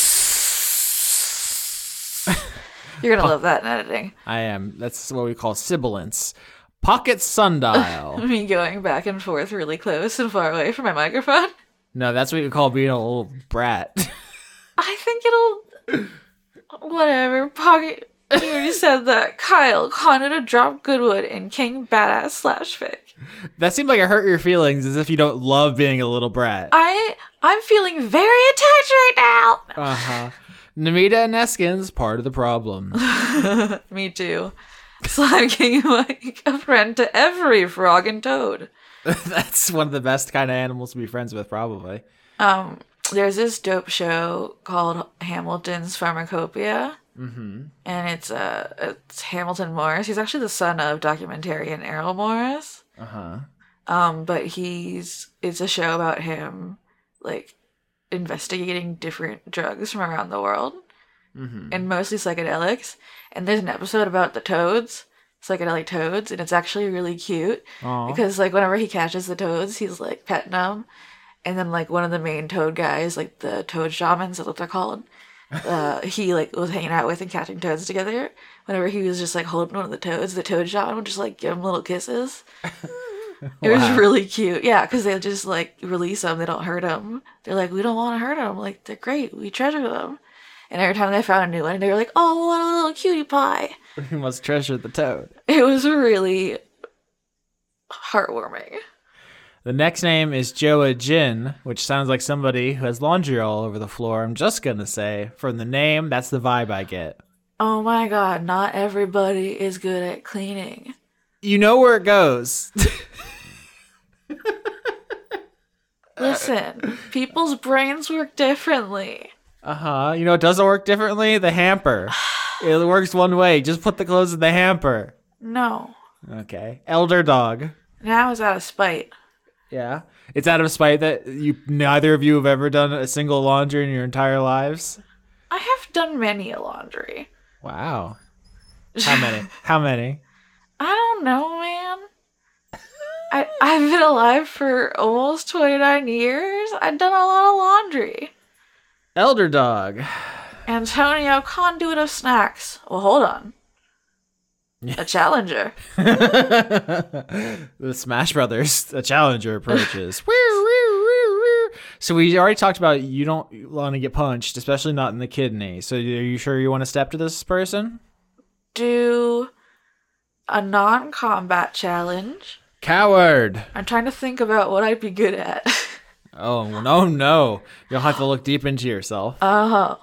S2: You're gonna love that in editing.
S1: I am. That's what we call sibilance. Pocket Sundial.
S2: Me going back and forth really close and far away from my microphone.
S1: no, that's what you call being a little brat.
S2: I think it'll. Whatever. Pocket. You already said that. Kyle, Canada Drop Goodwood, and King Badass slash Vic.
S1: that seemed like it hurt your feelings as if you don't love being a little brat.
S2: I. I'm feeling very attacked right now!
S1: Uh huh. Namita and Eskins, part of the problem.
S2: Me too. Slime King Mike, a friend to every frog and toad.
S1: That's one of the best kind of animals to be friends with, probably.
S2: Um, there's this dope show called Hamilton's Pharmacopoeia,
S1: Mm-hmm.
S2: and it's uh, it's Hamilton Morris. He's actually the son of documentarian Errol Morris.
S1: Uh huh.
S2: Um, but he's it's a show about him like investigating different drugs from around the world,
S1: Mm-hmm.
S2: and mostly psychedelics. And there's an episode about the toads, psychedelic toads, and it's actually really cute because like whenever he catches the toads, he's like petting them, and then like one of the main toad guys, like the toad shamans, that's what they're called. Uh, he like was hanging out with and catching toads together. Whenever he was just like holding one of the toads, the toad shaman would just like give him little kisses. It was
S1: Wow.
S2: really cute, yeah, because they just like release them. They don't hurt them. They're like, we don't want to hurt them. Like they're great. We treasure them. And every time they found a new one, they were like, oh, what a little cutie pie.
S1: He must treasure the toad.
S2: It was really heartwarming.
S1: The next name is Joa Jin, which sounds like somebody who has laundry all over the floor. I'm just gonna say, from the name, that's the vibe I get.
S2: Oh my god, not everybody is good at cleaning.
S1: You know where it goes. Uh,
S2: Listen, people's brains work differently.
S1: uh huh. You know it doesn't work differently. The hamper. It works one way. Just put the clothes in the hamper.
S2: No.
S1: Okay. Elder dog.
S2: Now is out of spite.
S1: Yeah. It's out of spite that you neither of you have ever done a single laundry in your entire lives.
S2: I have done many a laundry.
S1: Wow. How many? How many?
S2: I don't know, man. I I've been alive for almost 29 years. I've done a lot of laundry.
S1: Elder dog.
S2: Antonio, conduit of snacks. Well, hold on. A challenger.
S1: the Smash Brothers, a challenger approaches. Woo, woo, woo, woo. so we already talked about you don't want to get punched, especially not in the kidney. So are you sure you want to step to this person?
S2: Do a non-combat challenge.
S1: Coward.
S2: I'm trying to think about what I'd be good at.
S1: Oh no, no. You'll have to look deep into yourself.
S2: oh.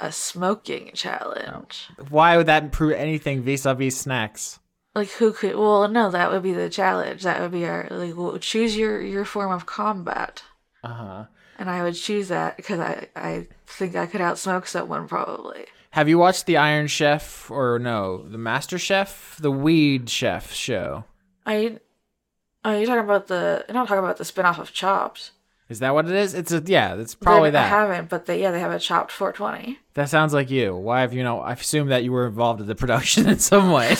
S2: A smoking challenge.
S1: Why would that improve anything vis-a-vis snacks?
S2: Like who could? Well, no, that would be the challenge. That would be our like well, choose your your form of combat,
S1: Uh huh.
S2: and I would choose that because I I think I could outsmoke someone probably.
S1: Have you watched the Iron Chef or no, the Master Chef, the Weed Chef show?
S2: I. Are you talking about the? You're not talking about the spinoff of Chopped.
S1: Is that what it is? It's a yeah. It's probably
S2: Then
S1: that.
S2: I haven't, but they yeah they have a Chopped 420.
S1: That sounds like you. Why have you know? I assume that you were involved in the production in some way.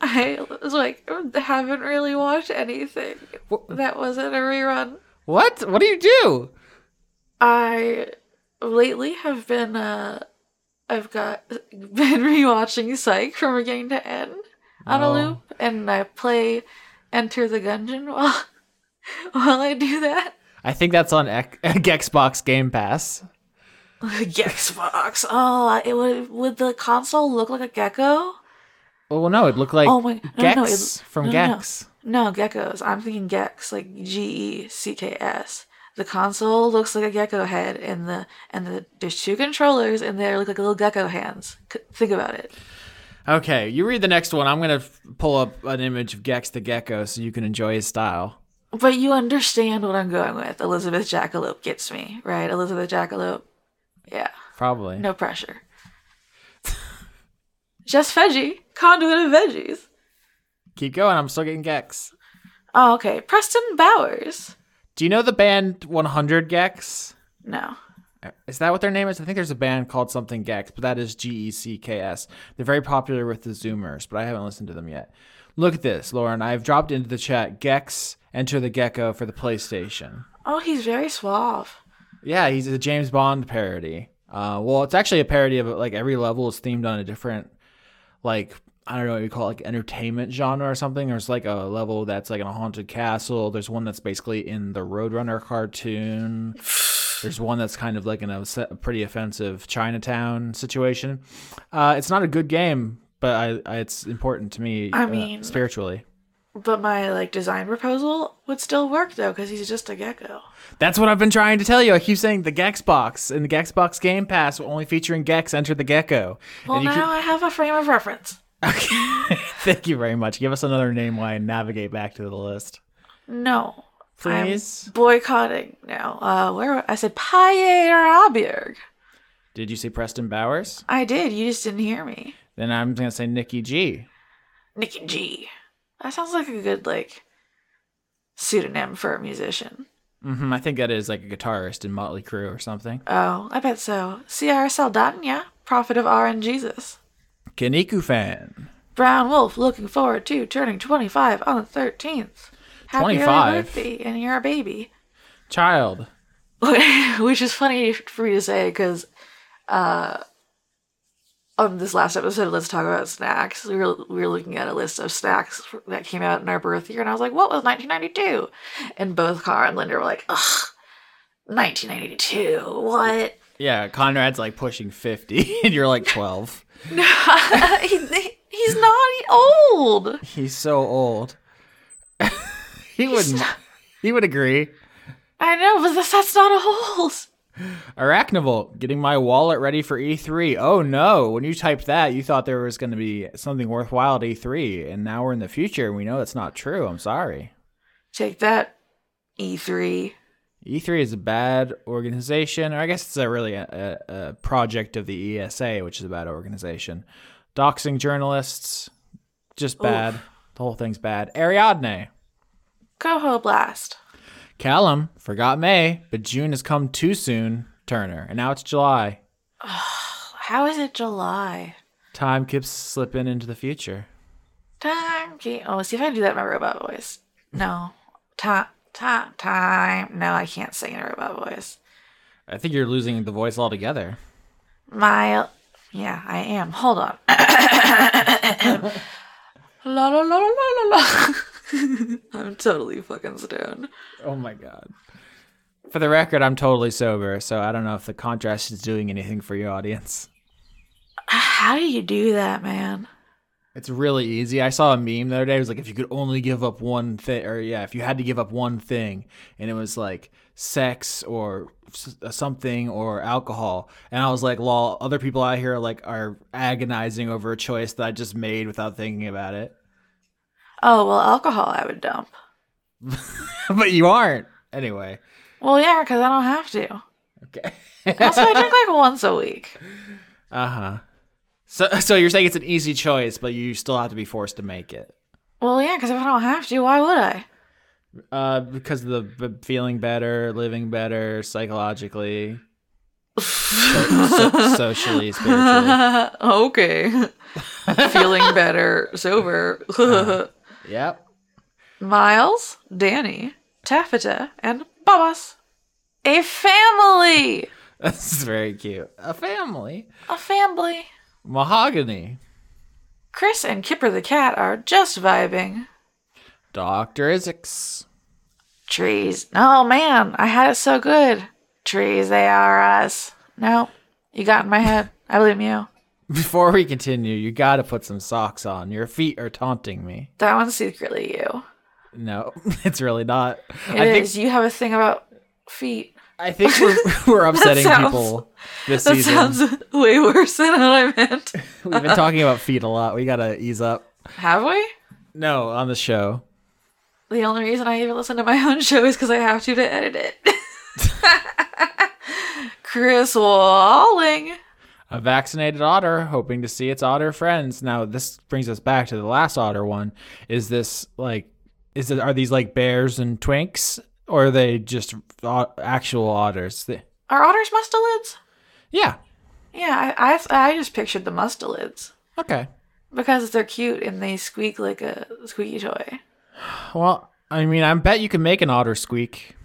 S2: I was like "Oh, haven't really watched anything that wasn't a rerun.
S1: what? What do you do?
S2: I lately have been uh I've got been rewatching Psych from beginning to end on
S1: Oh.
S2: a loop and I play Enter the Gungeon while while I do that.
S1: I think that's on X- Xbox Game Pass.
S2: Xbox. Oh, it would would the console look like a gecko?
S1: Well, well, no, it looked like
S2: oh my no,
S1: Gex
S2: no, no, it,
S1: from
S2: no, no, no.
S1: Gex.
S2: No, geckos. I'm thinking gex, like G E C K S. The console looks like a gecko head, and the and the there's two controllers, and they look like little gecko hands. C- think about it.
S1: Okay, you read the next one. I'm gonna f- pull up an image of Gex the Gecko so you can enjoy his style.
S2: But you understand what I'm going with. Elizabeth Jackalope gets me right. Elizabeth Jackalope. Yeah,
S1: Probably.
S2: no pressure. Just veggie conduit of veggies.
S1: Keep going. I'm still getting Gex.
S2: Oh, okay. Preston Bowers.
S1: Do you know the band 100 Gex?
S2: No.
S1: Is that what their name is? I think there's a band called something Gex, but that is G E C K S. They're very popular with the Zoomers, but I haven't listened to them yet. Look at this, Lauren. I've dropped into the chat Gex Enter the Gecko for the PlayStation.
S2: Oh, he's very suave.
S1: Yeah, he's a James Bond parody. Uh, well, it's actually a parody of like every level is themed on a different, like I don't know what you call it, like entertainment genre or something. There's like a level that's like in a haunted castle. There's one that's basically in the Roadrunner cartoon. There's one that's kind of like in a se- a pretty offensive Chinatown situation. Uh, it's not a good game, but I, I it's important to me.
S2: I
S1: uh,
S2: mean-
S1: spiritually.
S2: But my like design proposal would still work though, because he's just a gecko.
S1: That's what I've been trying to tell you. I keep saying the Gex box and the Gex box Game Pass only featuring Gex Enter the Gecko.
S2: Well,
S1: and you
S2: now I have a frame of reference.
S1: keep- Thank you very much. Give us another name while I navigate back to the list.
S2: No,
S1: Please?
S2: I'm boycotting now. Uh, where I said Paye Rabier.
S1: Did you see Preston Bowers?
S2: I did. You just didn't hear me.
S1: Then I'm going to say Nikki G.
S2: Nikki G. That sounds like a good like pseudonym for a musician.
S1: hmm I think that is like a guitarist in Motley Crue or something.
S2: Oh, I bet so. C.R. Saldana, prophet of R and Jesus.
S1: Kaniku fan.
S2: Brown Wolf looking forward to turning 25 on the 13th. Happy early
S1: 25?
S2: birthday, and you're a baby.
S1: Child.
S2: Which is funny for me to say because uh, on this last episode, of let's talk about snacks. We were, we were looking at a list of snacks that came out in our birth year, and I was like, what was 1992? And both Car and Linda were like, ugh, 1992, what?
S1: Yeah, Conrad's like pushing 50 and you're like 12.
S2: He- he's not old.
S1: He's so old. he wouldn't. He would agree.
S2: I know, but that's, that's not old.
S1: Arachnival, getting my wallet ready for E3. Oh no, when you typed that, you thought there was going to be something worthwhile at E3, and now we're in the future and we know that's not true. I'm sorry.
S2: Take that, E E3.
S1: E3 E is a bad organization, or I guess it's a really a, a, a project of the ESA, which is a bad organization. Doxing journalists, just bad. The whole thing's bad. Ariadne,
S2: Coho Blast.
S1: Callum forgot May, but June has come too soon. Turner, and now it's July.
S2: How is it July?
S1: Time keeps slipping into the future.
S2: Time. keep- Oh, see if I can do that in my robot voice. No. Time. Time. Time. No, I can't sing in a robot voice.
S1: I think you're losing the voice altogether.
S2: My. Yeah, I am. Hold on. la la la la la la. I'm totally fucking stoned.
S1: Oh my god. For the record, I'm totally sober, so I don't know if the contrast is doing anything for your audience.
S2: How do you do that, man?
S1: It's really easy. I saw a meme the other day. It was like, if you could only give up one thing, or yeah, if you had to give up one thing, and it was like sex or s- uh, something or alcohol. And I was like, lol, other people out here are like, are agonizing over a choice that I just made without thinking about it.
S2: Oh, well, alcohol I would dump.
S1: but you aren't. Anyway.
S2: Well, yeah, because I don't have to.
S1: Okay.
S2: Also, I drink like once a week.
S1: Uh huh. So, so you're saying it's an easy choice, but you still have to be forced to make it
S2: Well, yeah, because if I don't have to, why would I?
S1: uh, because of the b- feeling better, living better psychologically, so- socially, spiritually.
S2: okay. Feeling better, sober.
S1: Uh. Yep.
S2: Miles, Danny, Taffeta, and Babas. A family!
S1: That's very cute. A family.
S2: A family.
S1: Mahogany.
S2: Chris and Kipper the cat are just vibing.
S1: Dr. Isix.
S2: Trees. Oh man, I had it so good. Trees, they are us. No, you got in my head. I blame you.
S1: Before we continue, you gotta put some socks on. Your feet are taunting me.
S2: That one's secretly you.
S1: No, it's really not.
S2: It is.
S1: I think
S2: You have a thing about feet.
S1: I think we're, we're upsetting
S2: sounds-
S1: people this
S2: That
S1: season.
S2: sounds way worse than what I meant.
S1: We've been talking about feet a lot. We gotta ease up.
S2: Have we?
S1: No, on the show.
S2: The only reason I even listen to my own show is because I have to to edit it. Chris Walling.
S1: A vaccinated otter hoping to see its otter friends. Now this brings us back to the last otter one. Is this like is it are these like bears and twinks or are they just o- actual otters? They-
S2: Are otters mustelids?
S1: yeah.
S2: Yeah, I, I, I just pictured the mustelids
S1: Okay.
S2: because they're cute and they squeak like a squeaky toy.
S1: Well, I mean, I bet you can make an otter squeak.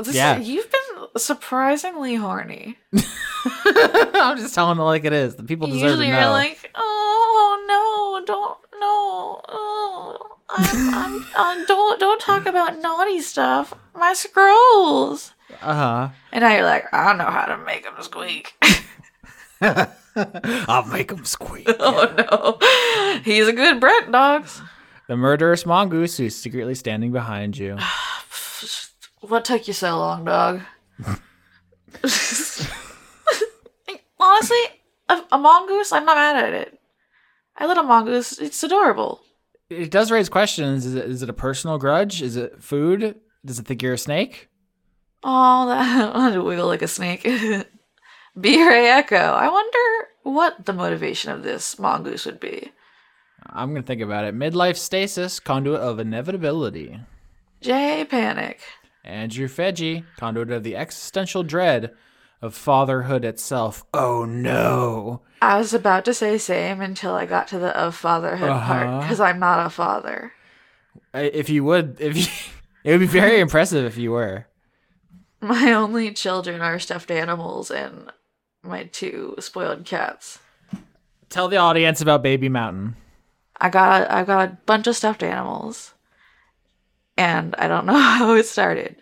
S2: This,
S1: Yeah.
S2: You've been surprisingly horny.
S1: I'm just telling it like it is. The people deserve
S2: Usually
S1: to
S2: you're
S1: know.
S2: like, oh no, don't no, oh, I'm, I'm, uh, don't don't talk about naughty stuff. My scrolls.
S1: uh
S2: And now you're like, I know how to make them squeak.
S1: huh. I'll make them squeak.
S2: oh no, he's a good Brett dogs.
S1: the murderous mongoose who's secretly standing behind you.
S2: What took you so long, dog? Honestly, a, a mongoose, I'm not mad at it. I let a mongoose. It's adorable.
S1: it does raise questions. Is it, is it a personal grudge? Is it food? Does it think you're a snake?
S2: Oh, that I had to wiggle like a snake. B Ray Echo. I wonder what the motivation of this mongoose would be.
S1: I'm gonna think about it. Midlife stasis, conduit of inevitability.
S2: J Panic.
S1: Andrew Feggie, conduit of the existential dread of fatherhood itself. Oh no!
S2: I was about to say same until I got to the of fatherhood part
S1: Uh-huh.
S2: because I'm not a father.
S1: I- If you would, if you, it would be very impressive if you were.
S2: My only children are stuffed animals and my two spoiled cats.
S1: Tell the audience about Baby Mountain.
S2: I got I got a bunch of stuffed animals, and I don't know how it started,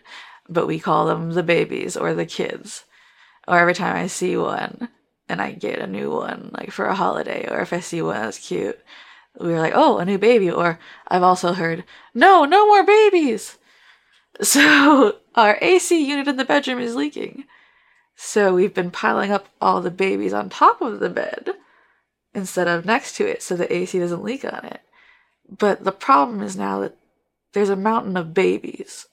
S2: but we call them the babies or the kids, or every time I see one and I get a new one like for a holiday, or if I see one that's cute, we were like, oh, a new baby, or I've also heard, no, no more babies. So our AC unit in the bedroom is leaking. So we've been piling up all the babies on top of the bed instead of next to it so the AC doesn't leak on it. But the problem is now that there's a mountain of babies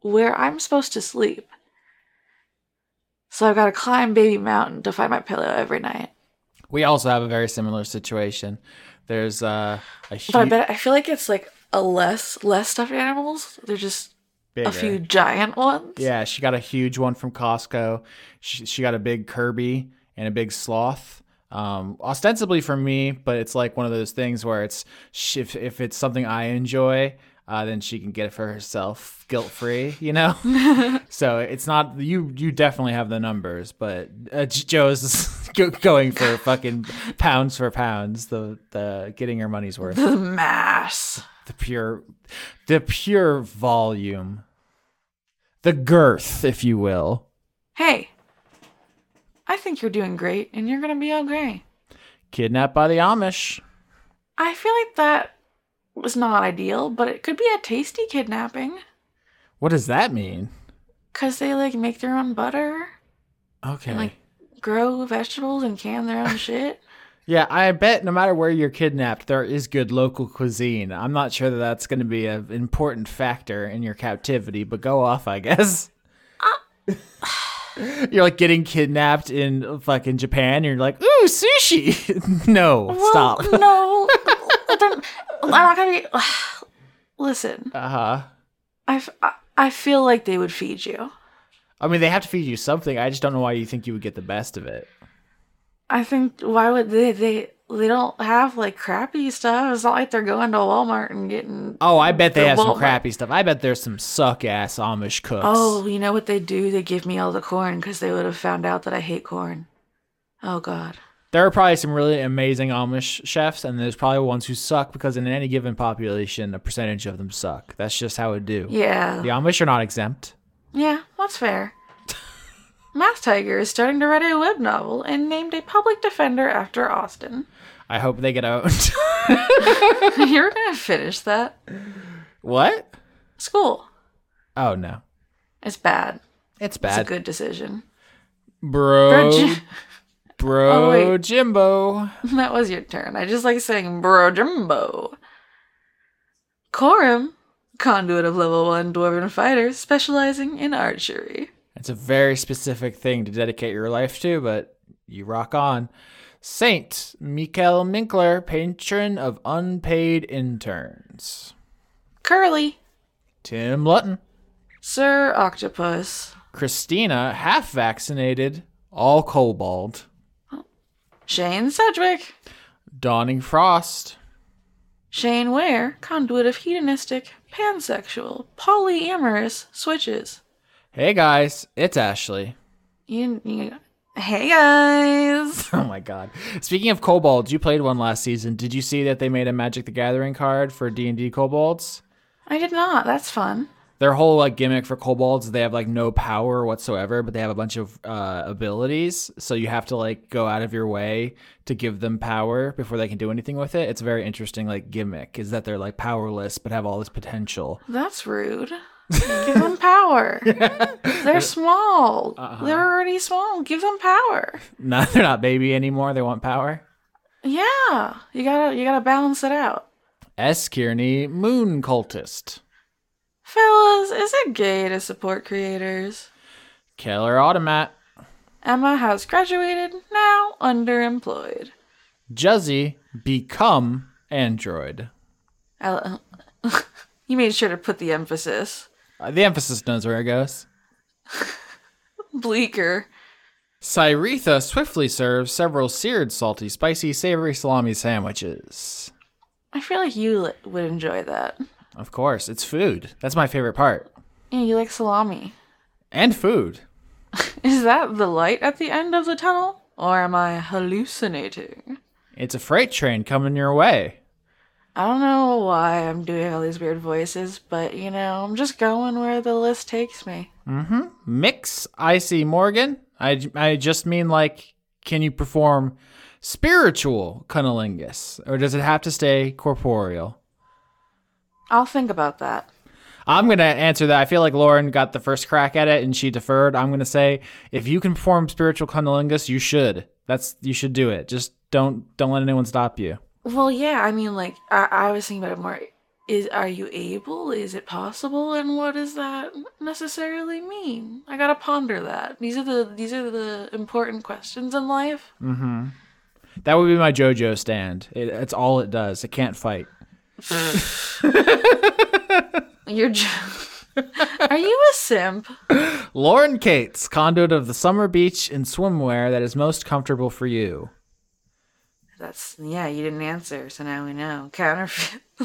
S2: where I'm supposed to sleep. So I've got to climb Baby Mountain to find my pillow every night.
S1: We also have a very similar situation. There's uh, a huge.
S2: But I bet I feel like it's like a less less stuffed animals. They're just
S1: Bigger.
S2: a few giant ones.
S1: Yeah, she got a huge one from Costco. She, she got a big Kirby and a big sloth. Um, ostensibly for me, but it's like one of those things where it's sh- if, if it's something I enjoy, uh, then she can get it for herself, guilt free. You know, so it's not you. You definitely have the numbers, but uh, J- Joe's go- going for fucking pounds for pounds. The the getting her money's worth.
S2: The mass.
S1: the pure the pure volume the girth if you will
S2: Hey, I think you're doing great, and you're gonna be okay.
S1: kidnapped by the amish
S2: I feel like that was not ideal, but it could be a tasty kidnapping
S1: what does that mean
S2: because they like make their own butter,
S1: okay
S2: like- grow vegetables, and can their own shit.
S1: yeah i bet no matter where you're kidnapped there is good local cuisine i'm not sure that that's going to be an important factor in your captivity but go off i guess
S2: Uh,
S1: you're like getting kidnapped in fucking japan and you're like ooh sushi no
S2: Well,
S1: stop
S2: no, Then- I'm not gonna be. Listen,
S1: uh-huh
S2: I, f- I- I feel like they would feed you.
S1: i mean they have to feed you something i just don't know why you think you would get the best of it
S2: I think why would they they they don't have like crappy stuff. It's not like they're going to Walmart and getting.
S1: Oh, I bet they
S2: The
S1: have some
S2: Walmart.
S1: crappy stuff. I bet there's some suck ass Amish cooks.
S2: Oh, you know what they do? They give me all the corn because they would have found out that I hate corn. Oh God.
S1: There are probably some really amazing Amish chefs, and there's probably ones who suck because in any given population, a percentage of them suck. That's just how it do.
S2: Yeah.
S1: The
S2: Yeah,
S1: Amish are not exempt.
S2: that's fair. Math Tiger is starting to write a web novel and named a public defender after Austin.
S1: I hope they get owned.
S2: You're gonna finish that.
S1: what?
S2: School.
S1: Oh no,
S2: It's bad.
S1: it's
S2: It's a
S1: bad,
S2: good decision.
S1: bro.
S2: Virgin- Oh,
S1: bro,
S2: wait.
S1: Jimbo.
S2: That was your turn. I just like saying Bro Jumbo. Corum, conduit of level 1 dwarven fighter specializing in archery.
S1: It's a very specific thing to dedicate your life to, but you rock on. Saint Michael Minkler, patron of unpaid interns.
S2: Curly,
S1: Tim Lutton.
S2: Sir Octopus.
S1: Christina, half vaccinated, all cobalt.
S2: Shane Sedgwick.
S1: Dawning Frost.
S2: Shane Ware, conduit of hedonistic, pansexual, polyamorous switches.
S1: Hey guys, it's Ashley.
S2: You, you, hey guys!
S1: Oh my god. Speaking of kobolds, you played one last season. Did you see that they made a Magic the Gathering card for D&D kobolds?
S2: I did not. That's fun.
S1: Their whole like gimmick for kobolds, is they have like no power whatsoever, but they have a bunch of uh, abilities. So you have to like go out of your way to give them power before they can do anything with it. It's a very interesting like gimmick is that they're like powerless but have all this potential.
S2: That's rude. Give them power. They're small. They're already small. Give them power.
S1: No, they're not baby anymore. They want power.
S2: Yeah, you gotta you gotta balance it out,
S1: S. Kearney, moon cultist.
S2: fellas. Is it gay to support creators?
S1: Killer automat.
S2: Emma has graduated, now underemployed.
S1: Juzzy, become android.
S2: I, you made sure to put the emphasis.
S1: Uh, the emphasis knows where it goes.
S2: Bleaker.
S1: Cyretha swiftly serves several seared, salty, spicy, savory salami sandwiches.
S2: I feel like you li- would enjoy that.
S1: Of course, it's food. That's my favorite part.
S2: Yeah, you like salami.
S1: And food.
S2: Is that the light at the end of the tunnel, or am I hallucinating?
S1: It's a freight train coming your way.
S2: I don't know why I'm doing all these weird voices, but you know, I'm just going where the list takes me.
S1: Mix Icy Morgan. I, I just mean like, can you perform spiritual cunnilingus? Or does it have to stay corporeal?
S2: I'll think about that.
S1: I'm going to answer that. I feel like Lauren got the first crack at it and she deferred. I'm going to say if you can perform spiritual cunnilingus, you should. That's you should do it. Just don't don't let anyone stop you.
S2: Well, yeah, I mean, like I, I was thinking about it more. Is are you able? Is it possible? And what does that necessarily mean? I gotta ponder that. These are the these are the important questions in life.
S1: That would be my JoJo stand. It, it's all it does. It can't fight.
S2: You're. J- Are you a simp?
S1: Lauren Cates, conduit of the summer beach and swimwear that is most comfortable for you.
S2: That's yeah. You didn't answer, so now we know. Counterfeit.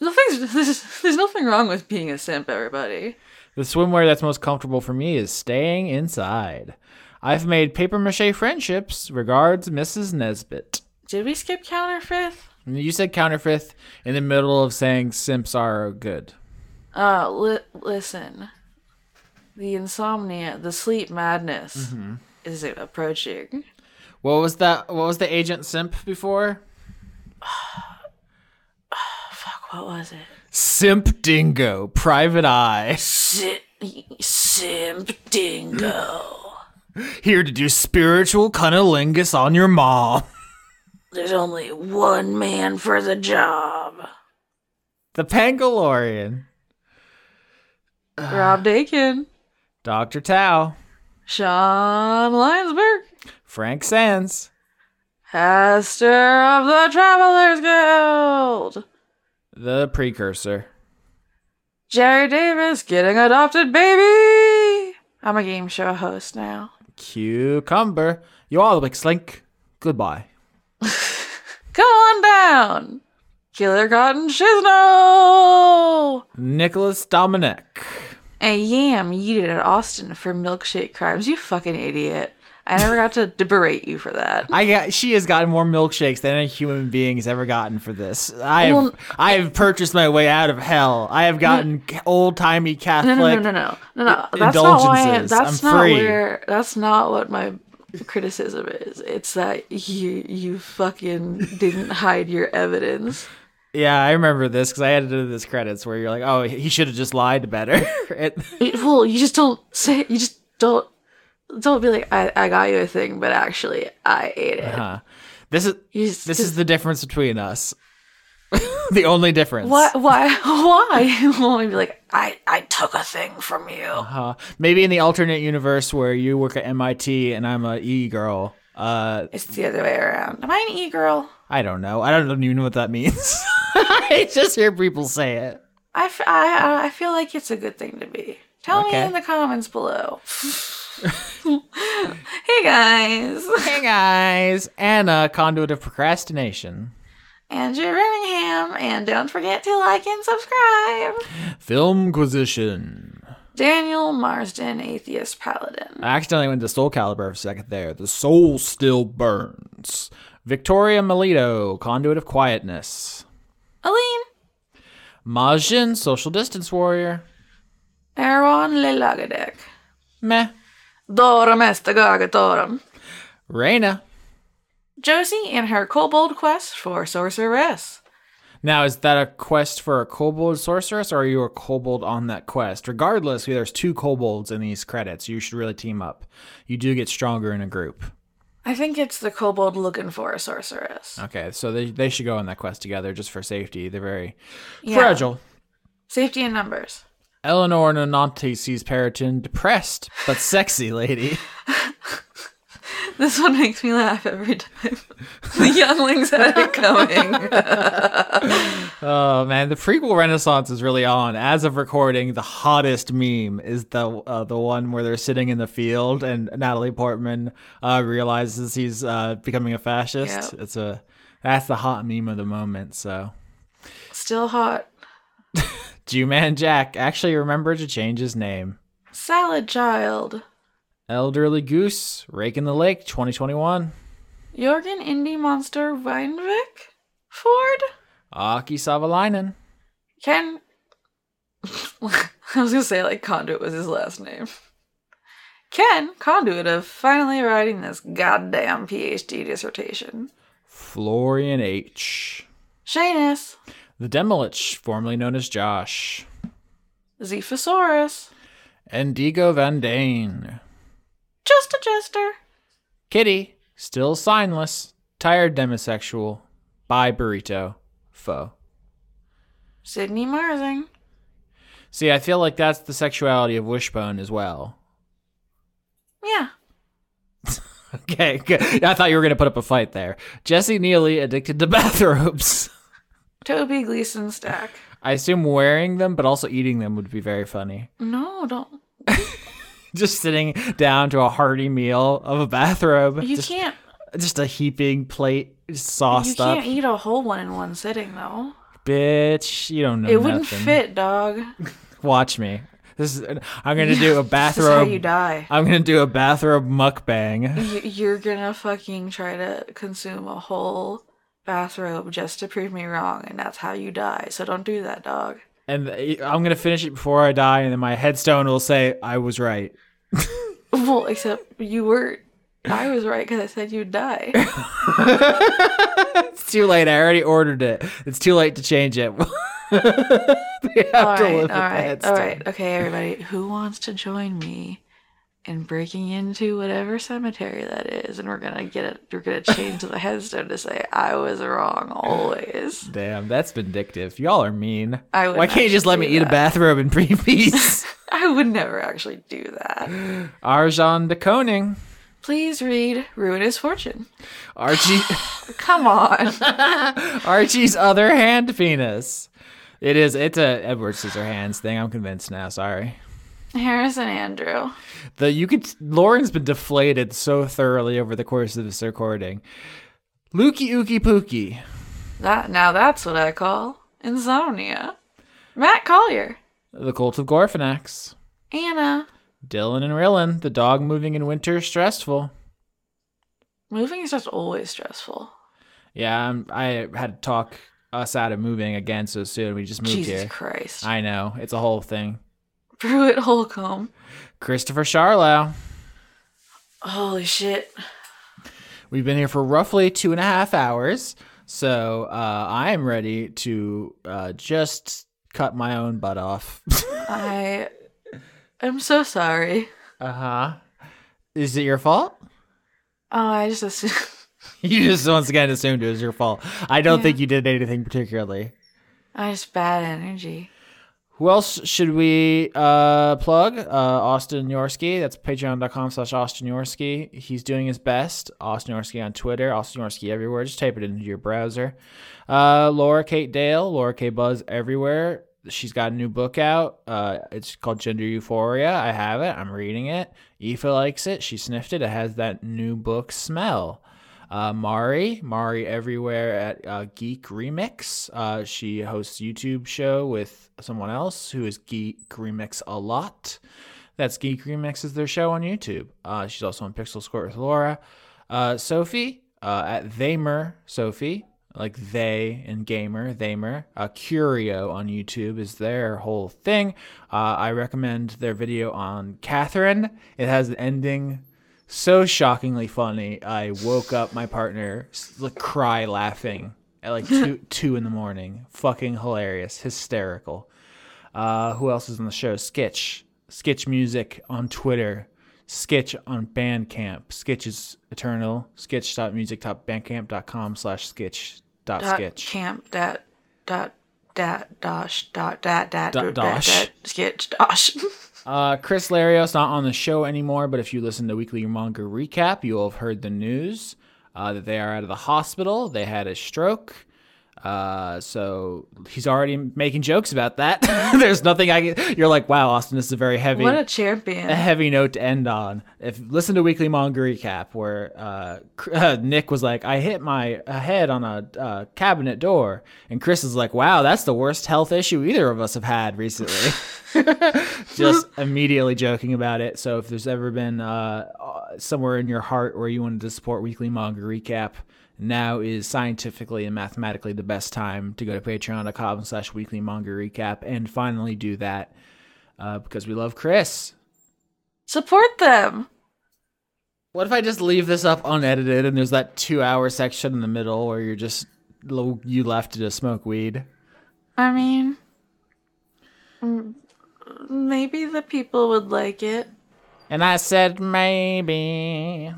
S2: Nothing's there's, there's nothing wrong with being a simp, everybody.
S1: The swimwear that's most comfortable for me is staying inside. I've made paper mache friendships. Regards, Mrs. Nesbit.
S2: Did we skip counterfeit?
S1: And You said counterfeit in the middle of saying simps are good.
S2: Uh, li- listen. The insomnia, the sleep madness, is approaching.
S1: What was that? What was the agent simp before?
S2: Fuck, what was it?
S1: Simp Dingo, Private Eye,
S2: Si- simp dingo.
S1: here to do spiritual cunnilingus on your mom.
S2: There's only one man for the job.
S1: The Pangolorian,
S2: Rob Dakin,
S1: Dr. Tao,
S2: Sean Lyonsberg,
S1: Frank Sands,
S2: pastor of the Travelers Guild.
S1: the precursor.
S2: Jerry Davis getting adopted, baby. I'm a game show host now.
S1: Cucumber, you all the big slink. Goodbye.
S2: Come on down. Killer Cotton Shizno.
S1: Nicholas Dominic.
S2: And yam yeeted at Austin for milkshake crimes. You fucking idiot. I never got to berate you for that.
S1: I got, she has gotten more milkshakes than any human being has ever gotten for this. I have,
S2: Well-
S1: I have purchased my way out of hell. I have gotten old timey Catholic.
S2: No, no, no, no, no, no, no. That's not why.
S1: indulgences.
S2: That's
S1: I'm
S2: not
S1: free.
S2: where. That's not what my criticism is. It's that you you fucking didn't hide your evidence.
S1: Yeah, I remember this because I had to do this credits where you're like, oh, he should have just lied better. It-
S2: It- Well, you just don't say. You just don't. Don't be like I, I got you a thing, but actually I ate it.
S1: huh. This is
S2: You just,
S1: this is the difference between us. the only difference.
S2: why why why? Well, you'd be like I I took a thing from you.
S1: Uh, maybe in the alternate universe where you work at MIT and I'm a E girl. Uh,
S2: It's the other way around. Am I an e girl?
S1: I don't know. I don't even know what that means. I just hear people say it.
S2: I, f- I, I- I feel like it's a good thing to be. Tell
S1: Okay.
S2: me in the comments below. hey guys,
S1: Hey guys, Anna, conduit of procrastination.
S2: Andrew Birmingham, and don't forget to like and subscribe.
S1: Filmquisition.
S2: Daniel Marsden, atheist paladin.
S1: I accidentally went to Soul Calibur for a second there. The soul still burns. Victoria Melito, conduit of quietness.
S2: Aline,
S1: Majin, social distance warrior.
S2: Erwan Lelagadek,
S1: Meh.
S2: Dorum Estagagatorum.
S1: Reina.
S2: Josie and her kobold quest for sorceress.
S1: Now, is that a quest for a kobold sorceress, or are you a kobold on that quest? Regardless, there's two kobolds in these credits. You should really team up. You do get stronger in a group.
S2: I think it's the kobold looking for a sorceress.
S1: Okay, so they, they should go on that quest together just for safety. They're very
S2: Yeah.
S1: fragile.
S2: Safety in numbers.
S1: Eleanor Nonante sees Periton depressed but sexy lady.
S2: This one makes me laugh every time. the younglings had it coming.
S1: Oh man, the prequel renaissance is really on. As of recording, the hottest meme is the uh, the one where they're sitting in the field and Natalie Portman uh, realizes he's uh, becoming a fascist.
S2: Yep.
S1: It's a that's the hot meme of the moment. So,
S2: Still hot.
S1: Jew Man Jack actually remembered to change his name.
S2: Salad child.
S1: Elderly Goose, Rake in the Lake, 2021.
S2: Jorgen Indie Monster Weinvik? Ford?
S1: Aki Savalainen.
S2: Ken. I was gonna say, like, Conduit was his last name. Ken, Conduit, of finally writing this goddamn PhD dissertation.
S1: Florian H.
S2: Shanus.
S1: The Demolich, formerly known as Josh.
S2: Zephosaurus.
S1: Endigo Van Dane.
S2: Just a jester.
S1: Kitty, still signless, tired demisexual, by burrito, foe.
S2: Sydney Marzing.
S1: See, I feel like that's the sexuality of Wishbone as well.
S2: Yeah.
S1: Okay, good. I thought you were going to put up a fight there. Jesse Neely, addicted to bathrobes.
S2: Toby Gleason stack.
S1: I assume wearing them, but also eating them would be very funny.
S2: No, don't.
S1: Just sitting down to a hearty meal of a bathrobe.
S2: You
S1: just,
S2: can't.
S1: just a heaping plate
S2: You
S1: sauced up.
S2: can't eat a whole one in one sitting, though.
S1: Bitch, you don't know.
S2: It wouldn't
S1: nothing.
S2: fit, dog.
S1: Watch me. This is. I'm gonna do a
S2: This is how you
S1: bathrobe.
S2: die.
S1: I'm gonna do a bathrobe mukbang.
S2: You- You're gonna fucking try to consume a whole bathrobe just to prove me wrong, and that's how you die. So don't do that, dog.
S1: and I'm gonna finish it before I die, and then my headstone will say I was right.
S2: Well, except you were. I was right because I said you'd die.
S1: It's too late. I already ordered it. It's too late to change it. They have
S2: all
S1: to live
S2: right, all
S1: with the
S2: right, all
S1: headstone.
S2: right. Okay, everybody, who wants to join me in breaking into whatever cemetery that is? And we're gonna get it. We're gonna change the headstone to say "I was wrong always."
S1: Damn, that's vindictive. Y'all are mean.
S2: I would
S1: Why
S2: not
S1: can't you just let
S2: do
S1: me eat a
S2: that.
S1: bathrobe in pre- peace?
S2: I would never actually do that.
S1: Arjan de Koning.
S2: Please read "Ruinous Fortune."
S1: Archie
S2: Come on.
S1: Archie's other hand penis. It is it's a Edward Scissorhands thing, I'm convinced now, sorry.
S2: Harrison Andrew.
S1: The you could Lauren's been deflated so thoroughly over the course of this recording. Lukey Ookie Pookie.
S2: That now that's what I call insomnia. Matt Collier.
S1: The Cult of Gorfanax.
S2: Anna.
S1: Dylan and Rillin, the dog moving in winter is stressful.
S2: Moving is just always stressful.
S1: Yeah, I'm, I had to talk us out of moving again so soon. We just moved
S2: Jesus
S1: here.
S2: Christ.
S1: I know. It's a whole thing.
S2: Pruitt Holcomb.
S1: Christopher Charlow.
S2: Holy shit.
S1: We've been here for roughly two and a half hours. So uh, I am ready to uh, just cut my own butt off.
S2: I I'm so sorry.
S1: uh huh. Is it your fault?
S2: Oh, I just assumed
S1: You just once again assumed it was your fault. I don't
S2: Yeah.
S1: think you did anything particularly.
S2: I just bad energy.
S1: Who else should we uh, plug? Uh, Austin Yorsky. That's patreon.com slash Austin Yorsky. He's doing his best. Austin Yorsky on Twitter. Austin Yorsky everywhere. Just type it into your browser. Uh, Laura Kate Dale. Laura K Buzz everywhere. She's got a new book out. Uh, it's called Gender Euphoria. I have it. I'm reading it. Aoife likes it. She sniffed it. It has that new book smell. Uh, Mari, Mari everywhere at uh, Geek Remix. Uh, she hosts a YouTube show with someone else who is Geek Remix a lot. That's Geek Remix is their show on YouTube. Uh, she's also on Pixel Squirt with Laura. Uh, Sophie uh, at Thamer Sophie, like they and gamer Thamer. Uh, Curio on YouTube is their whole thing. Uh, I recommend their video on Catherine. It has an ending so shockingly funny. I woke up my partner s- like, cry laughing at like two two in the morning. Fucking hilarious, hysterical. Uh, who else is on the show? Skitch, Skitch Music on Twitter, Skitch on Bandcamp. Skitch is eternal. Skitch.music.bandcamp.com slash skitch dot
S2: Dot
S1: skitch.
S2: camp dot dot dot dosh dot dat dat
S1: Dot
S2: dot
S1: dosh.
S2: dat sketch dosh.
S1: Uh, Chris Larios not on the show anymore, but if you listen to Weekly Manga Recap, you will have heard the news uh, that they are out of the hospital. They had a stroke. Uh, so he's already making jokes about that. There's nothing I can. You're like, wow, Austin, this is a very heavy
S2: What a
S1: a
S2: champion.
S1: heavy note to end on. If listen to Weekly Manga Recap, where uh, Cr- Nick was like, "I hit my uh, head on a uh, cabinet door," and Chris is like, "Wow, that's the worst health issue either of us have had recently." Just immediately joking about it. So if there's ever been uh, uh, somewhere in your heart where you wanted to support Weekly Manga Recap. Now is scientifically and mathematically the best time to go to patreon.com slash weekly manga recap and finally do that uh, because we love Chris.
S2: Support them.
S1: What if I just leave this up unedited and there's that two hour section in the middle where you're just you left to just smoke weed?
S2: I mean, m- maybe the people would like it.
S1: And I said maybe.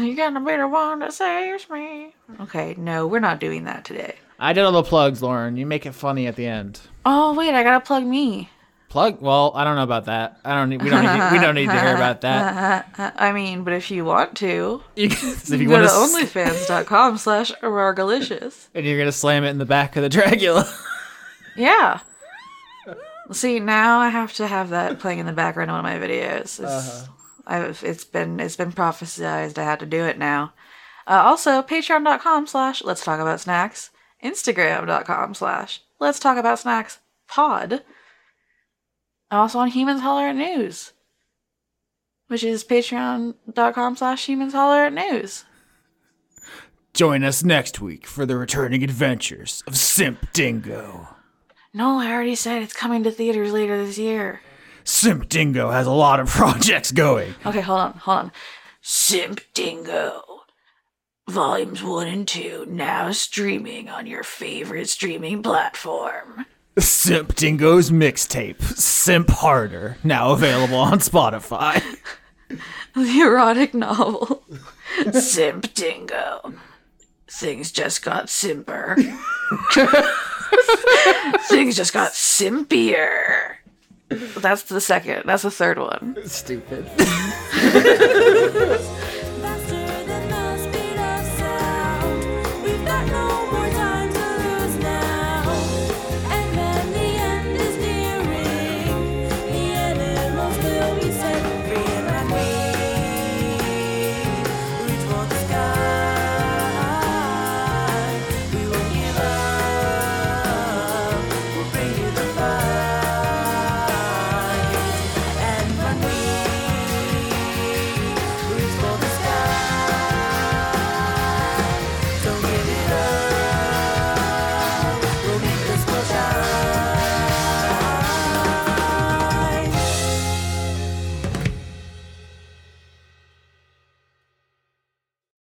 S2: You got a better one that saves me. Okay, no, we're not doing that today.
S1: I did all the plugs, Lauren. You make it funny at the end.
S2: Oh wait, I gotta plug me.
S1: Plug. Well, I don't know about that. I don't. Need, we don't. Need, we don't need to hear about that.
S2: I mean, but if you want to,
S1: You can- if you
S2: go
S1: want
S2: to
S1: to,
S2: onlyfans.com slash aurorgalicious.
S1: and you're gonna slam it in the back of the Dracula.
S2: Yeah. See, now I have to have that playing in the background of one of my videos. It's, I've, it's been it's been prophesized. I had to do it now. Uh, also, patreon.com slash let's talk about snacks. Instagram.com slash let's talk about snacks pod. I'm also on Humans Holler at News, which is patreon.com slash humans holler at news.
S1: Join us next week for the returning adventures of Simp Dingo.
S2: No, I already said it's coming to theaters later this year.
S1: Simp Dingo has a lot of projects going.
S2: Okay, hold on, hold on. Simp Dingo. Volumes 1 and 2 now streaming on your favorite streaming platform.
S1: Simp Dingo's mixtape, Simp Harder, now available on Spotify.
S2: The erotic novel. Simp Dingo. Things just got simper. Things just got simpier. That's the second. That's the third one.
S1: Stupid.